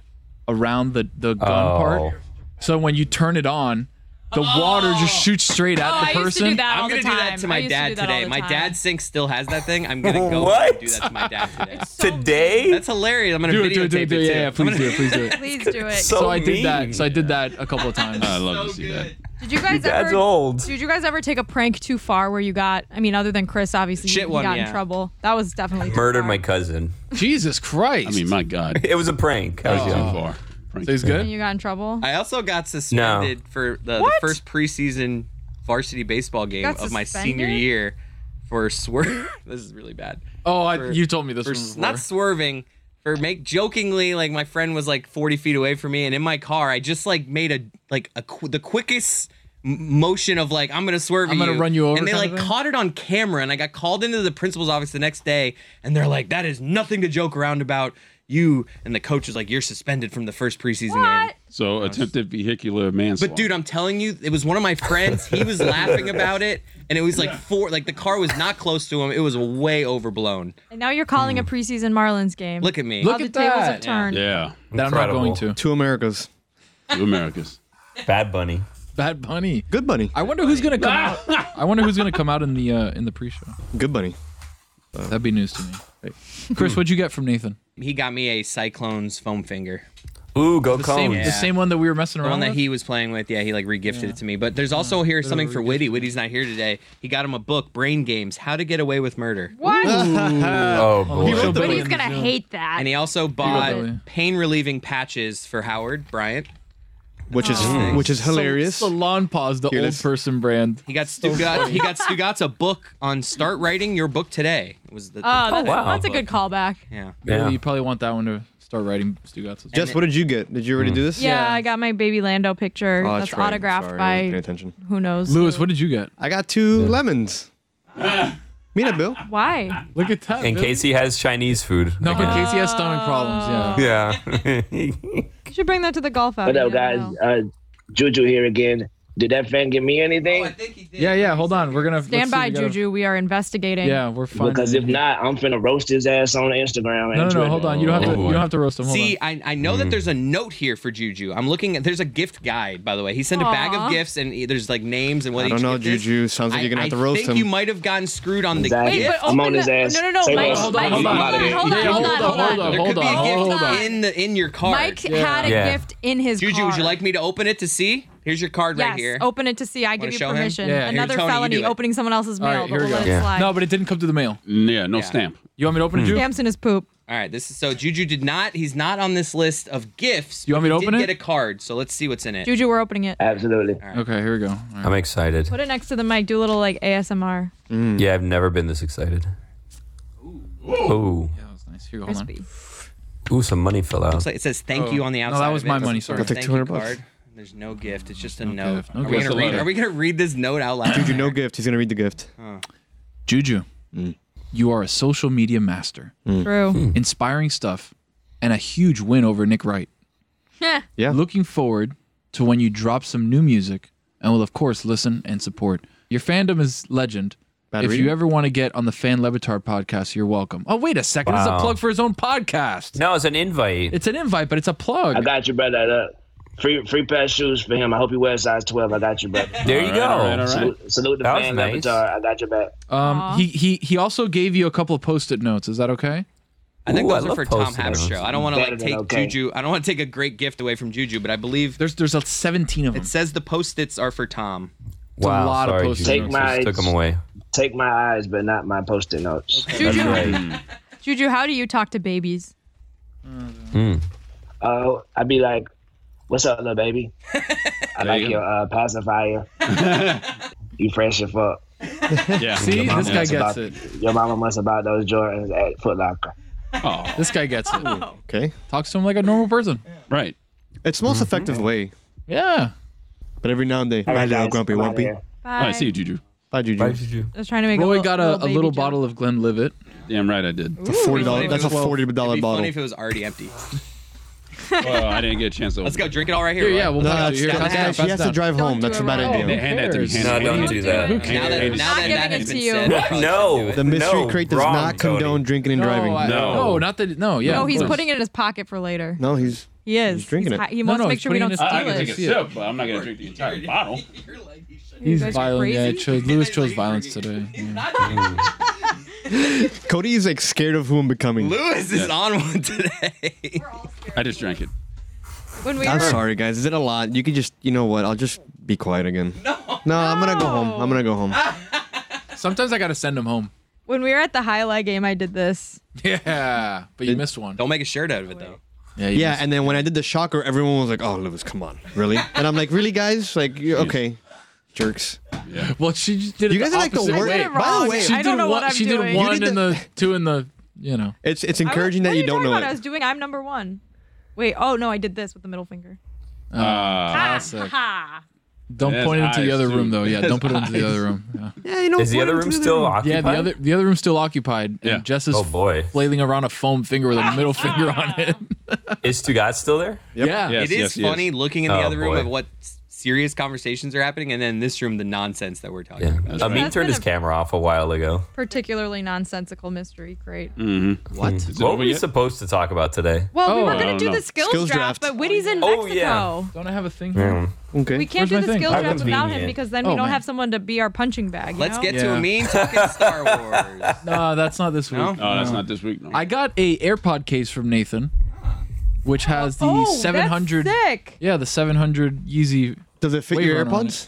Speaker 2: around the the gun
Speaker 4: Oh.
Speaker 2: part, so when you turn it on, the water just shoots straight at
Speaker 7: Oh,
Speaker 2: the
Speaker 7: I
Speaker 2: person.
Speaker 7: used to do that I'm all gonna the do that time. to my I used to dad do that all today. the My time. dad sink still has that thing. I'm gonna go
Speaker 4: What?
Speaker 7: do that to my dad today.
Speaker 4: today?
Speaker 7: That's hilarious. I'm gonna
Speaker 2: Do it, do
Speaker 7: videotape
Speaker 2: it, do it, do it.
Speaker 7: too.
Speaker 2: Yeah, yeah, please
Speaker 7: I'm
Speaker 2: do
Speaker 7: gonna-
Speaker 2: it, please do it.
Speaker 5: Please do it.
Speaker 2: So, I did that. So I did that a couple of times. I
Speaker 3: love
Speaker 2: to see that.
Speaker 5: Did you guys
Speaker 2: Your dad's
Speaker 5: ever?
Speaker 2: old.
Speaker 5: Did you guys ever take a prank too far where you got? I mean, other than Chris, obviously,
Speaker 4: Shit
Speaker 5: you
Speaker 4: one,
Speaker 5: got
Speaker 4: yeah.
Speaker 5: in trouble. That was definitely
Speaker 4: Murdered my cousin.
Speaker 2: Jesus Christ. Oh.
Speaker 4: I mean, my
Speaker 3: God.
Speaker 4: it was a prank. I was young. Far.
Speaker 2: So he's
Speaker 5: And you got in trouble.
Speaker 7: I also got suspended for the, the
Speaker 5: What?
Speaker 7: first preseason varsity baseball game
Speaker 5: got
Speaker 7: of my
Speaker 5: suspended?
Speaker 7: senior year for swerve. this is really bad.
Speaker 2: Oh, I,
Speaker 7: For-
Speaker 2: you told me this
Speaker 7: for
Speaker 2: one
Speaker 7: s-
Speaker 2: before.
Speaker 7: not swerving for make jokingly like my friend was like 40 feet away from me and in my car I just like made a like a qu- the quickest m- motion of like I'm gonna swerve
Speaker 2: I'm gonna
Speaker 7: you.
Speaker 2: run you over
Speaker 7: and they
Speaker 2: kind
Speaker 7: like
Speaker 2: of thing?
Speaker 7: caught it on camera and I got called into the principal's office the next day and they're like that is nothing to joke around about you and the coach was like you're suspended from the first preseason game
Speaker 3: So attempted vehicular manslaughter.
Speaker 7: but dude, I'm telling you, it was one of my friends. He was laughing about it, and it was like four. Like the car was not close to him. It was way overblown.
Speaker 5: And now you're calling a preseason Marlins game.
Speaker 7: Look at me. Look
Speaker 5: How the
Speaker 7: at
Speaker 5: tables
Speaker 7: that.
Speaker 5: have turned.
Speaker 3: Yeah.
Speaker 2: That I'm not going to.
Speaker 6: Two Americas.
Speaker 3: Two Americas.
Speaker 4: Bad Bunny.
Speaker 2: Bad Bunny.
Speaker 6: Good Bunny.
Speaker 2: I wonder who's gonna come out. I wonder who's gonna come out in the uh, in the pre-show.
Speaker 6: Good Bunny.
Speaker 2: That'd be news to me. Chris, what'd you get from Nathan?
Speaker 7: He got me a Cyclones foam finger.
Speaker 4: Ooh, go
Speaker 2: The same, the same one that we were messing
Speaker 7: The
Speaker 2: around
Speaker 7: one that
Speaker 2: with.
Speaker 7: he was playing with, yeah, he like regifted it to me. But there's also here something for Witty. Witty's not here today. He got him a book, Brain Games: How to Get Away with Murder.
Speaker 5: What?
Speaker 4: oh
Speaker 5: He wrote the He's gonna hate that.
Speaker 7: And he also
Speaker 2: Billy.
Speaker 7: bought pain relieving patches for Howard Bryant.
Speaker 6: Which is
Speaker 2: Oh.
Speaker 7: Aw.
Speaker 6: which is
Speaker 7: So-
Speaker 6: hilarious.
Speaker 2: Salon Paws, the
Speaker 6: Here it
Speaker 2: old
Speaker 6: is.
Speaker 2: person brand.
Speaker 7: He got Stugat. he got Stugat's a book on start writing your book today. It was the, the
Speaker 5: Oh, that's,
Speaker 7: title of the
Speaker 5: that's a
Speaker 7: book.
Speaker 5: good callback.
Speaker 7: Yeah.
Speaker 2: Really, you probably want that one to start writing Stugatz. Hmm.
Speaker 6: Jess, what did you get? Did you already do this?
Speaker 5: Yeah, I got my baby Lando picture.
Speaker 6: Oh,
Speaker 5: that's
Speaker 6: right.
Speaker 5: autographed
Speaker 6: Sorry, I wasn't paying
Speaker 5: by
Speaker 6: attention.
Speaker 5: who knows.
Speaker 2: Lewis, what did you get?
Speaker 6: I got two lemons. Mina Bill.
Speaker 5: Why?
Speaker 2: Look at that.
Speaker 4: In case he has Chinese food.
Speaker 2: No, in case he has stomach problems. Yeah.
Speaker 4: Yeah.
Speaker 5: You should bring that to the golf out.
Speaker 8: What up, guys? Uh, Juju here again. Did that fan give me
Speaker 5: Oh,
Speaker 8: anything?
Speaker 2: Yeah, yeah. Hold on. We're gonna
Speaker 5: Stand
Speaker 2: let's see,
Speaker 5: by,
Speaker 2: we gotta-
Speaker 5: Juju. We are investigating.
Speaker 2: Yeah, we're fine.
Speaker 8: because if not, I'm finna roast his ass on Instagram.
Speaker 2: No,
Speaker 8: and
Speaker 2: no, no.
Speaker 8: Twitter.
Speaker 2: Hold on. You
Speaker 4: Oh,
Speaker 2: don't have to. You don't have to roast him. Hold Mm.
Speaker 7: See, I, I know that there's a note here for Juju. I'm looking at there's a gift guide, by the way. He sent a bag
Speaker 5: Aw.
Speaker 7: of gifts and he- there's like names and what
Speaker 6: I
Speaker 7: each
Speaker 6: don't know,
Speaker 7: gift is.
Speaker 6: Juju. Sounds like you're gonna
Speaker 7: I-
Speaker 6: have to
Speaker 7: I
Speaker 6: roast
Speaker 7: think
Speaker 6: him.
Speaker 7: you might have gotten screwed on the
Speaker 8: Exactly.
Speaker 5: Wait,
Speaker 7: gift.
Speaker 5: but open the- No, no, no.
Speaker 8: Say
Speaker 5: Mike,
Speaker 8: less.
Speaker 5: hold on, hold
Speaker 8: I'm
Speaker 5: on,
Speaker 8: outta here.
Speaker 5: hold on,
Speaker 2: Yeah,
Speaker 5: hold on,
Speaker 2: hold
Speaker 5: hold
Speaker 2: on,
Speaker 5: on.
Speaker 2: hold
Speaker 7: There could
Speaker 2: on, hold
Speaker 7: be a
Speaker 2: on,
Speaker 7: gift
Speaker 2: hold on.
Speaker 7: in the in your card.
Speaker 5: Mike had a
Speaker 2: Yeah.
Speaker 5: gift in his
Speaker 7: Juju, would
Speaker 5: car.
Speaker 7: you like me to open it to see? Here's your card
Speaker 5: yes,
Speaker 7: right here.
Speaker 5: open it to see. I give
Speaker 7: Wanna
Speaker 5: you
Speaker 7: show him?
Speaker 5: permission.
Speaker 7: Yeah, here,
Speaker 5: Another
Speaker 7: Tony, you
Speaker 5: felony,
Speaker 7: do it.
Speaker 5: opening someone else's
Speaker 2: All
Speaker 5: mail.
Speaker 2: right,
Speaker 5: but
Speaker 2: here we
Speaker 5: we'll
Speaker 2: go.
Speaker 5: let it slide.
Speaker 2: No, but it didn't come to the mail.
Speaker 3: Yeah, no
Speaker 7: Yeah.
Speaker 3: stamp.
Speaker 2: You want me to open it,
Speaker 6: Hmm.
Speaker 2: Juju?
Speaker 5: Stamps in his poop.
Speaker 7: All right, this is so Juju did not. He's not on this list of gifts.
Speaker 2: You want me
Speaker 7: but
Speaker 2: to
Speaker 7: he
Speaker 2: open
Speaker 7: did
Speaker 2: it?
Speaker 7: Get a card. So let's see what's in it.
Speaker 5: Juju, we're opening it.
Speaker 8: Absolutely.
Speaker 2: Okay, here we go.
Speaker 4: I'm excited.
Speaker 5: Put it next to the mic. Do a little like ASMR.
Speaker 2: Mm.
Speaker 4: Yeah, I've never been this excited. Ooh.
Speaker 2: That was nice. Here, hold on.
Speaker 4: Ooh, some money fell out.
Speaker 7: Looks like it says thank
Speaker 2: Oh,
Speaker 7: you on the
Speaker 2: no, that
Speaker 7: outside.
Speaker 2: was
Speaker 7: of it.
Speaker 2: my money,
Speaker 7: It's
Speaker 2: sorry.
Speaker 7: a
Speaker 2: I'll take
Speaker 7: thank
Speaker 2: 200
Speaker 7: you
Speaker 2: bucks.
Speaker 7: card. There's no gift. It's just a note.
Speaker 2: gift, no
Speaker 7: are, we
Speaker 2: gift.
Speaker 7: gonna read, are we gonna read this note out loud?
Speaker 6: Juju, no gift. He's gonna read the gift. Hmm.
Speaker 2: Juju, you are a social media master.
Speaker 5: True.
Speaker 2: Inspiring stuff and a huge win over Nick Wright.
Speaker 5: Yeah.
Speaker 6: Yeah.
Speaker 2: Looking forward to when you drop some new music and will, of course, listen and support. Your fandom is legend.
Speaker 6: Bad
Speaker 2: if
Speaker 6: reading.
Speaker 2: you ever want to get on the Fan Levitard podcast, you're welcome. Oh, wait a second. This is a
Speaker 4: Wow.
Speaker 2: plug for his own podcast.
Speaker 4: No, it's an invite.
Speaker 2: It's an invite, but it's a plug.
Speaker 8: I got you, brother. Look, free free pair of shoes for him. I hope he wears size 12. I got you, brother.
Speaker 4: There you go.
Speaker 8: Salute, salute the
Speaker 4: That was
Speaker 8: fan,
Speaker 4: nice.
Speaker 8: Levitar. I got your back.
Speaker 2: Um, he, he he also gave you a couple of post-it notes. Is that okay?
Speaker 7: I think
Speaker 4: Ooh, I
Speaker 7: those are
Speaker 4: love
Speaker 7: for Tom
Speaker 4: posting
Speaker 7: Happ's
Speaker 4: those.
Speaker 7: show. I don't want to
Speaker 8: Better
Speaker 7: like
Speaker 8: than
Speaker 7: take
Speaker 8: okay.
Speaker 7: Juju. I don't want to take a great gift away from Juju, but I believe
Speaker 2: There's there's like 17 of them.
Speaker 7: it says the post-its are for Tom.
Speaker 2: It's a
Speaker 4: Wow,
Speaker 2: lot
Speaker 4: sorry,
Speaker 2: of post-it
Speaker 8: Take
Speaker 2: notes.
Speaker 8: my-
Speaker 4: Just took them away.
Speaker 8: Take my eyes, but not my post-it notes.
Speaker 4: That's right.
Speaker 5: Juju, how do you talk to babies?
Speaker 4: Mm.
Speaker 8: Uh, I'd be like, "What's up, little baby? I like your uh, pacifier. you fresh as fuck.
Speaker 3: Yeah.
Speaker 2: See,
Speaker 8: Your mama
Speaker 2: this guy
Speaker 8: must
Speaker 2: gets
Speaker 8: about-
Speaker 2: it.
Speaker 8: Your mama must have bought those Jordans at Foot Locker.
Speaker 3: Oh,
Speaker 2: This guy gets it.
Speaker 6: Okay.
Speaker 2: Talks to him like a normal person.
Speaker 3: right.
Speaker 6: It's the most effective way.
Speaker 2: Yeah.
Speaker 6: But every now and then,
Speaker 8: All
Speaker 6: my
Speaker 8: right,
Speaker 6: little
Speaker 8: guys,
Speaker 6: grumpy
Speaker 8: I'm outta
Speaker 6: wumpy.
Speaker 8: here.
Speaker 3: All
Speaker 5: Bye.
Speaker 3: right. See you, Juju.
Speaker 6: Bye, Juju.
Speaker 5: I was trying to make a
Speaker 2: Roy
Speaker 5: little,
Speaker 2: got a, a
Speaker 5: baby
Speaker 2: little
Speaker 5: joke.
Speaker 2: bottle of Glenlivet.
Speaker 3: Damn right I did.
Speaker 6: It's a
Speaker 7: Funny
Speaker 6: forty dollar.
Speaker 7: if
Speaker 6: That's a
Speaker 7: it was-
Speaker 6: forty
Speaker 7: It'd
Speaker 6: dollar
Speaker 7: be
Speaker 6: bottle.
Speaker 7: funny if it was already empty.
Speaker 3: Well, Oh, I didn't get a chance to.
Speaker 7: Let's
Speaker 3: open
Speaker 7: go
Speaker 3: it.
Speaker 7: drink it all right here.
Speaker 2: Here,
Speaker 7: right?
Speaker 2: yeah, we'll
Speaker 6: No,
Speaker 2: pass it
Speaker 6: that's,
Speaker 2: to you. Here,
Speaker 6: that's,
Speaker 2: pass it down,
Speaker 6: she has
Speaker 2: pass
Speaker 6: to
Speaker 2: it down.
Speaker 6: drive home. That's a bad
Speaker 5: Don't do it.
Speaker 6: idea.
Speaker 3: Hand, hand that to me.
Speaker 2: Who
Speaker 3: Hand
Speaker 4: No,
Speaker 3: it-
Speaker 4: don't
Speaker 3: hand
Speaker 4: do
Speaker 3: it-
Speaker 4: that.
Speaker 2: Who
Speaker 7: Now that,
Speaker 2: Hand it
Speaker 7: now that
Speaker 5: to
Speaker 7: that
Speaker 5: me.
Speaker 7: has been
Speaker 5: Give it to
Speaker 7: said,
Speaker 5: you.
Speaker 7: I probably shouldn't do
Speaker 4: No.
Speaker 7: it.
Speaker 6: The mystery
Speaker 4: no,
Speaker 6: crate does
Speaker 4: wrong,
Speaker 6: not condone
Speaker 4: Tony.
Speaker 6: drinking and
Speaker 2: No,
Speaker 6: driving.
Speaker 2: I-
Speaker 3: No.
Speaker 2: no, not that. No, Oh, yeah.
Speaker 5: No,
Speaker 2: of
Speaker 5: he's
Speaker 2: course.
Speaker 5: putting it in his pocket for later.
Speaker 6: No, he's
Speaker 5: He is.
Speaker 6: He's drinking
Speaker 5: He's
Speaker 6: it.
Speaker 5: hi- He
Speaker 6: No,
Speaker 5: wants
Speaker 6: no,
Speaker 5: to make
Speaker 6: he's
Speaker 5: sure we
Speaker 6: putting
Speaker 5: don't
Speaker 6: it in
Speaker 5: steal
Speaker 6: his-
Speaker 3: I, I can
Speaker 5: it.
Speaker 3: take a
Speaker 2: Steal it.
Speaker 3: sip, but I'm not gonna drink the entire bottle.
Speaker 2: He's
Speaker 5: guys
Speaker 2: violent. Yeah,
Speaker 5: crazy?
Speaker 2: it chose, Lewis chose violence today. Yeah.
Speaker 6: Cody is like scared of who I'm becoming.
Speaker 7: Lewis is on one today.
Speaker 3: I just drank it.
Speaker 5: When we
Speaker 6: I'm
Speaker 5: were,
Speaker 6: sorry, guys. Is it a lot? You could just, you know what? I'll just be quiet again. No. No, I'm gonna go home. I'm gonna go home.
Speaker 7: Ah.
Speaker 2: Sometimes I gotta send him home.
Speaker 5: when we were at the highlight game, I did this.
Speaker 2: Yeah, but you missed one.
Speaker 7: Don't make a shirt out of it though.
Speaker 2: Yeah.
Speaker 6: yeah. And then when I did the shocker, everyone was like, "Oh, Lewis, come on, really?" And I'm like, "Really, guys? Like, you- okay, jerks."
Speaker 2: Well, she just did. it
Speaker 6: You guys
Speaker 2: the
Speaker 6: are like the
Speaker 2: opposite
Speaker 6: worst- I
Speaker 2: Way.
Speaker 6: did it By the way- wrong.
Speaker 2: she
Speaker 6: I
Speaker 2: did
Speaker 6: don't know
Speaker 2: one.
Speaker 6: what I'm
Speaker 2: she
Speaker 6: doing.
Speaker 2: did
Speaker 6: You
Speaker 2: one
Speaker 6: did
Speaker 2: in the, two in the. You know.
Speaker 6: It's it's encouraging
Speaker 5: What
Speaker 6: that
Speaker 5: are
Speaker 6: you don't know
Speaker 5: about? I
Speaker 6: it.
Speaker 5: was doing. I'm number one. Wait. Oh no, I did this with the middle finger.
Speaker 2: Uh, Ah, Classic.
Speaker 5: Ha.
Speaker 2: Don't
Speaker 3: It has
Speaker 2: point it into the
Speaker 3: eyes,
Speaker 2: other
Speaker 3: too.
Speaker 2: room though. Yeah,
Speaker 3: It has
Speaker 2: don't put it into the
Speaker 3: eyes.
Speaker 2: other room. Yeah.
Speaker 6: Yeah, you know.
Speaker 4: Is the other room still
Speaker 2: Yeah,
Speaker 4: occupied?
Speaker 2: the other the other room's still occupied, and Jess is
Speaker 4: Oh, boy.
Speaker 2: flailing around a foam finger with a middle finger on it.
Speaker 4: Is Stugat still there?
Speaker 2: Yeah,
Speaker 7: it is funny looking in the
Speaker 4: Oh,
Speaker 7: other room
Speaker 4: boy.
Speaker 7: of what s- serious conversations are happening, and then this room the nonsense that we're talking about.
Speaker 4: Amin
Speaker 5: That's
Speaker 4: turned
Speaker 5: been
Speaker 4: his
Speaker 5: a-
Speaker 4: camera off a while ago.
Speaker 5: Particularly nonsensical mystery. Great.
Speaker 4: Mm-hmm.
Speaker 7: What?
Speaker 4: What were we supposed to talk about today?
Speaker 5: Well, we
Speaker 4: Oh,
Speaker 5: were
Speaker 4: I
Speaker 5: going
Speaker 4: don't
Speaker 5: to do
Speaker 4: know.
Speaker 5: the skills,
Speaker 4: Skills
Speaker 5: draft,
Speaker 4: draft. Mm.
Speaker 5: but Whitty's in
Speaker 4: Oh,
Speaker 5: Mexico.
Speaker 4: yeah.
Speaker 2: Don't I have a thing?
Speaker 4: Yeah.
Speaker 6: Okay.
Speaker 5: We can't
Speaker 2: Where's
Speaker 5: do
Speaker 2: my
Speaker 5: the
Speaker 2: thing?
Speaker 5: skills
Speaker 2: How
Speaker 5: draft without him
Speaker 2: convenient.
Speaker 5: because then
Speaker 2: Oh,
Speaker 5: we don't
Speaker 2: man.
Speaker 5: have someone to be our punching bag. you
Speaker 7: Let's
Speaker 5: know?
Speaker 7: get to
Speaker 2: Yeah.
Speaker 7: a mean talking Star Wars.
Speaker 2: No, that's not this week.
Speaker 7: No? No,
Speaker 3: Oh, that's not this week, no.
Speaker 2: I got a AirPod case from Nathan, which has the
Speaker 5: Oh, that's
Speaker 2: 700.
Speaker 5: sick.
Speaker 2: Yeah, the 700 Yeezy.
Speaker 6: Does it fit your AirPods?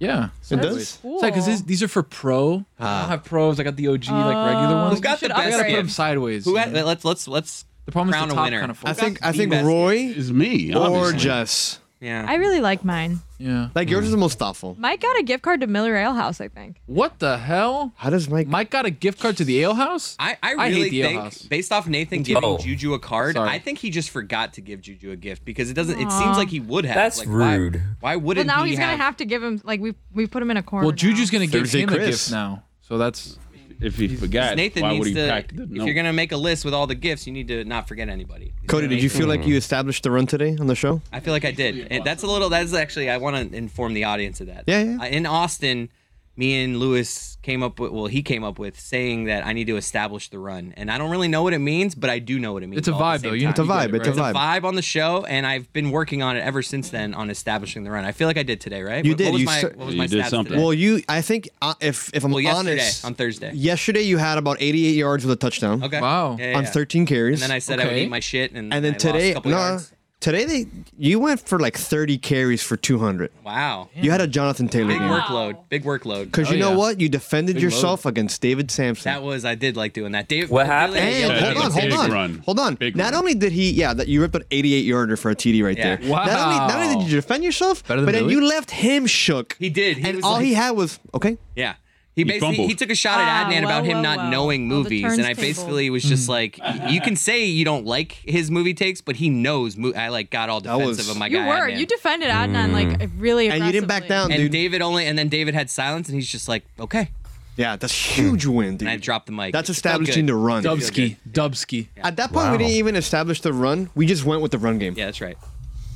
Speaker 2: Yeah,
Speaker 6: It does? Ah.
Speaker 2: because these are for pro. I don't have pros. I got the OG
Speaker 5: Uh,
Speaker 2: like regular ones.
Speaker 7: Who got the
Speaker 2: I gotta
Speaker 7: best
Speaker 2: put them
Speaker 7: gift?
Speaker 2: sideways.
Speaker 7: Who
Speaker 2: you
Speaker 7: had,
Speaker 2: know?
Speaker 7: let's let's let's
Speaker 2: The problem is
Speaker 7: crown
Speaker 2: the
Speaker 7: a
Speaker 2: top
Speaker 7: winner.
Speaker 2: kind of
Speaker 7: Who got
Speaker 6: I think
Speaker 7: the
Speaker 6: I think
Speaker 7: best
Speaker 6: Roy
Speaker 3: is me
Speaker 6: or
Speaker 3: obviously.
Speaker 6: Jess.
Speaker 7: Yeah.
Speaker 5: I really like mine.
Speaker 2: Yeah.
Speaker 6: Like yours is the most thoughtful.
Speaker 5: Mike got a gift card to Miller Ale House, I think.
Speaker 2: What the hell?
Speaker 6: How does Mike?
Speaker 2: Mike got a gift card to the ale house.
Speaker 7: I, I
Speaker 2: hate
Speaker 7: really
Speaker 2: the ale house.
Speaker 7: think, based off Nathan giving
Speaker 2: Oh.
Speaker 7: Juju a card,
Speaker 2: Sorry.
Speaker 7: I think he just forgot to give Juju a gift because it doesn't. It
Speaker 5: Aw.
Speaker 7: seems like he would have.
Speaker 4: That's
Speaker 7: Like, why-
Speaker 4: rude.
Speaker 7: Why,
Speaker 5: Well,
Speaker 7: wouldn't
Speaker 5: now
Speaker 7: he
Speaker 5: he's gonna have to give him like we we put him in a corner.
Speaker 2: Well, Juju's
Speaker 5: now.
Speaker 2: gonna give
Speaker 3: Thursday
Speaker 2: him a
Speaker 3: Chris.
Speaker 2: gift now, so that's
Speaker 3: If he forgot,
Speaker 7: Nathan
Speaker 3: why
Speaker 7: needs
Speaker 3: would he
Speaker 7: to.
Speaker 3: pack the
Speaker 7: If
Speaker 3: no.
Speaker 7: you're gonna make a list with all the gifts, you need to not forget anybody.
Speaker 6: Cody, did you feel like you established the run today on the show?
Speaker 7: I feel like I did. And that's a little. That's actually. I want to inform the audience of that.
Speaker 6: Yeah, yeah.
Speaker 7: Uh, In Austin, me and Lewis came up with. Well, he came up with saying that I need to establish the run, and I don't really know what it means, but I do know what it means.
Speaker 2: It's a
Speaker 7: all at
Speaker 2: vibe,
Speaker 7: the
Speaker 2: though.
Speaker 7: same
Speaker 2: You-
Speaker 7: time.
Speaker 6: It's a
Speaker 2: you get
Speaker 6: vibe.
Speaker 2: it,
Speaker 6: It's a
Speaker 2: right?
Speaker 6: vibe.
Speaker 7: Vibe on the show, and I've been working on it ever since then on establishing the run. I feel like I did today, right?
Speaker 6: You
Speaker 7: What-
Speaker 6: did.
Speaker 7: What was
Speaker 6: you
Speaker 7: my,
Speaker 6: cer-
Speaker 7: what was my stats today?
Speaker 6: Well, you. I think uh, if if I'm
Speaker 7: Well, yesterday,
Speaker 6: honest,
Speaker 7: on Thursday.
Speaker 6: yesterday you had about 88 yards with a touchdown.
Speaker 7: Okay.
Speaker 2: Wow.
Speaker 7: Yeah, yeah,
Speaker 6: On
Speaker 7: yeah.
Speaker 6: 13 carries.
Speaker 7: And then I said I would
Speaker 2: Okay.
Speaker 7: eat my shit, and
Speaker 6: And then
Speaker 7: I lost a
Speaker 6: today,
Speaker 7: couple
Speaker 6: no,
Speaker 7: yards.
Speaker 6: today they you went for like 30 carries for 200.
Speaker 7: Wow.
Speaker 6: You had a Jonathan Taylor
Speaker 7: Big
Speaker 6: game.
Speaker 7: workload. Big workload.
Speaker 6: Because
Speaker 2: Oh,
Speaker 6: you know what? You defended
Speaker 7: Big
Speaker 6: yourself against David Sampson.
Speaker 7: That was I did like doing that. Dave,
Speaker 4: What
Speaker 7: David
Speaker 4: happened?
Speaker 7: Lee yelled
Speaker 6: And
Speaker 7: at me.
Speaker 6: hold on, hold on, hold on. not only did he, yeah, that you ripped an 88 yarder for a TD right
Speaker 7: Yeah.
Speaker 6: there. Not only, not only did you defend yourself,
Speaker 2: Better than
Speaker 6: but then
Speaker 2: Billy?
Speaker 6: you left him shook.
Speaker 7: He did. He
Speaker 6: and
Speaker 7: was
Speaker 6: all
Speaker 7: like-
Speaker 6: he had was okay.
Speaker 7: Yeah. He basically
Speaker 6: fumbled.
Speaker 7: he took a shot at
Speaker 5: Ah,
Speaker 7: Adnan about
Speaker 5: well,
Speaker 7: him
Speaker 5: well,
Speaker 7: not
Speaker 5: well.
Speaker 7: knowing
Speaker 5: Well, the
Speaker 7: movies, and I
Speaker 5: turntable.
Speaker 7: basically was
Speaker 6: Mm-hmm.
Speaker 7: just like, y- you can say you don't like his movie takes, but he knows. Mo- I like got all defensive of my
Speaker 5: You
Speaker 7: guy.
Speaker 5: were.
Speaker 7: Adnan.
Speaker 5: You defended Adnan
Speaker 4: Mm.
Speaker 5: like really aggressively.
Speaker 7: and David only, and then David had silence, and he's just like, okay.
Speaker 6: Yeah, that's huge win, dude.
Speaker 7: And I dropped the mic.
Speaker 6: That's
Speaker 7: It felt
Speaker 6: establishing
Speaker 7: good.
Speaker 6: the run.
Speaker 7: It felt good.
Speaker 2: Dubsky, Dubsky.
Speaker 6: At that point, we didn't even establish the run. We just went with the run game.
Speaker 7: Yeah, that's right.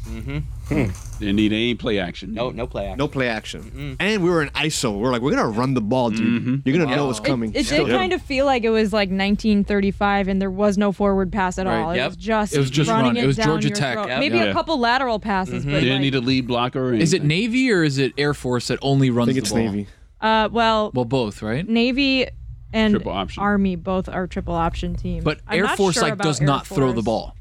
Speaker 7: Mm-hmm.
Speaker 3: Hmm. They need any play action.
Speaker 7: No, no play action.
Speaker 6: No play action. And we were in ISO. We are like, we're gonna run the ball, dude. You're gonna know what's coming.
Speaker 5: It did kind of feel like it was like 1935, and there was no forward pass at
Speaker 3: Right.
Speaker 5: all. It
Speaker 3: Yep.
Speaker 5: was just
Speaker 2: It was just
Speaker 5: running
Speaker 2: run. It was
Speaker 5: down
Speaker 2: Georgia
Speaker 5: your
Speaker 2: Tech.
Speaker 5: throat.
Speaker 2: Yep.
Speaker 5: Maybe
Speaker 2: Yeah.
Speaker 5: a couple lateral passes,
Speaker 3: They
Speaker 5: but
Speaker 3: didn't
Speaker 5: like,
Speaker 3: need a lead blocker. Or
Speaker 2: Mm-hmm. Is it
Speaker 3: anything.
Speaker 2: Navy or is it Air Force that only runs
Speaker 6: it's
Speaker 2: the ball?
Speaker 6: Navy.
Speaker 5: uh, well,
Speaker 2: Well, both, right?
Speaker 5: Navy and
Speaker 2: Triple option.
Speaker 5: Army both are triple option teams.
Speaker 2: But
Speaker 5: I'm
Speaker 2: Air
Speaker 5: not
Speaker 2: Force
Speaker 5: sure
Speaker 2: like
Speaker 5: about
Speaker 2: does
Speaker 5: Air
Speaker 2: not throw the
Speaker 5: Force.
Speaker 2: ball.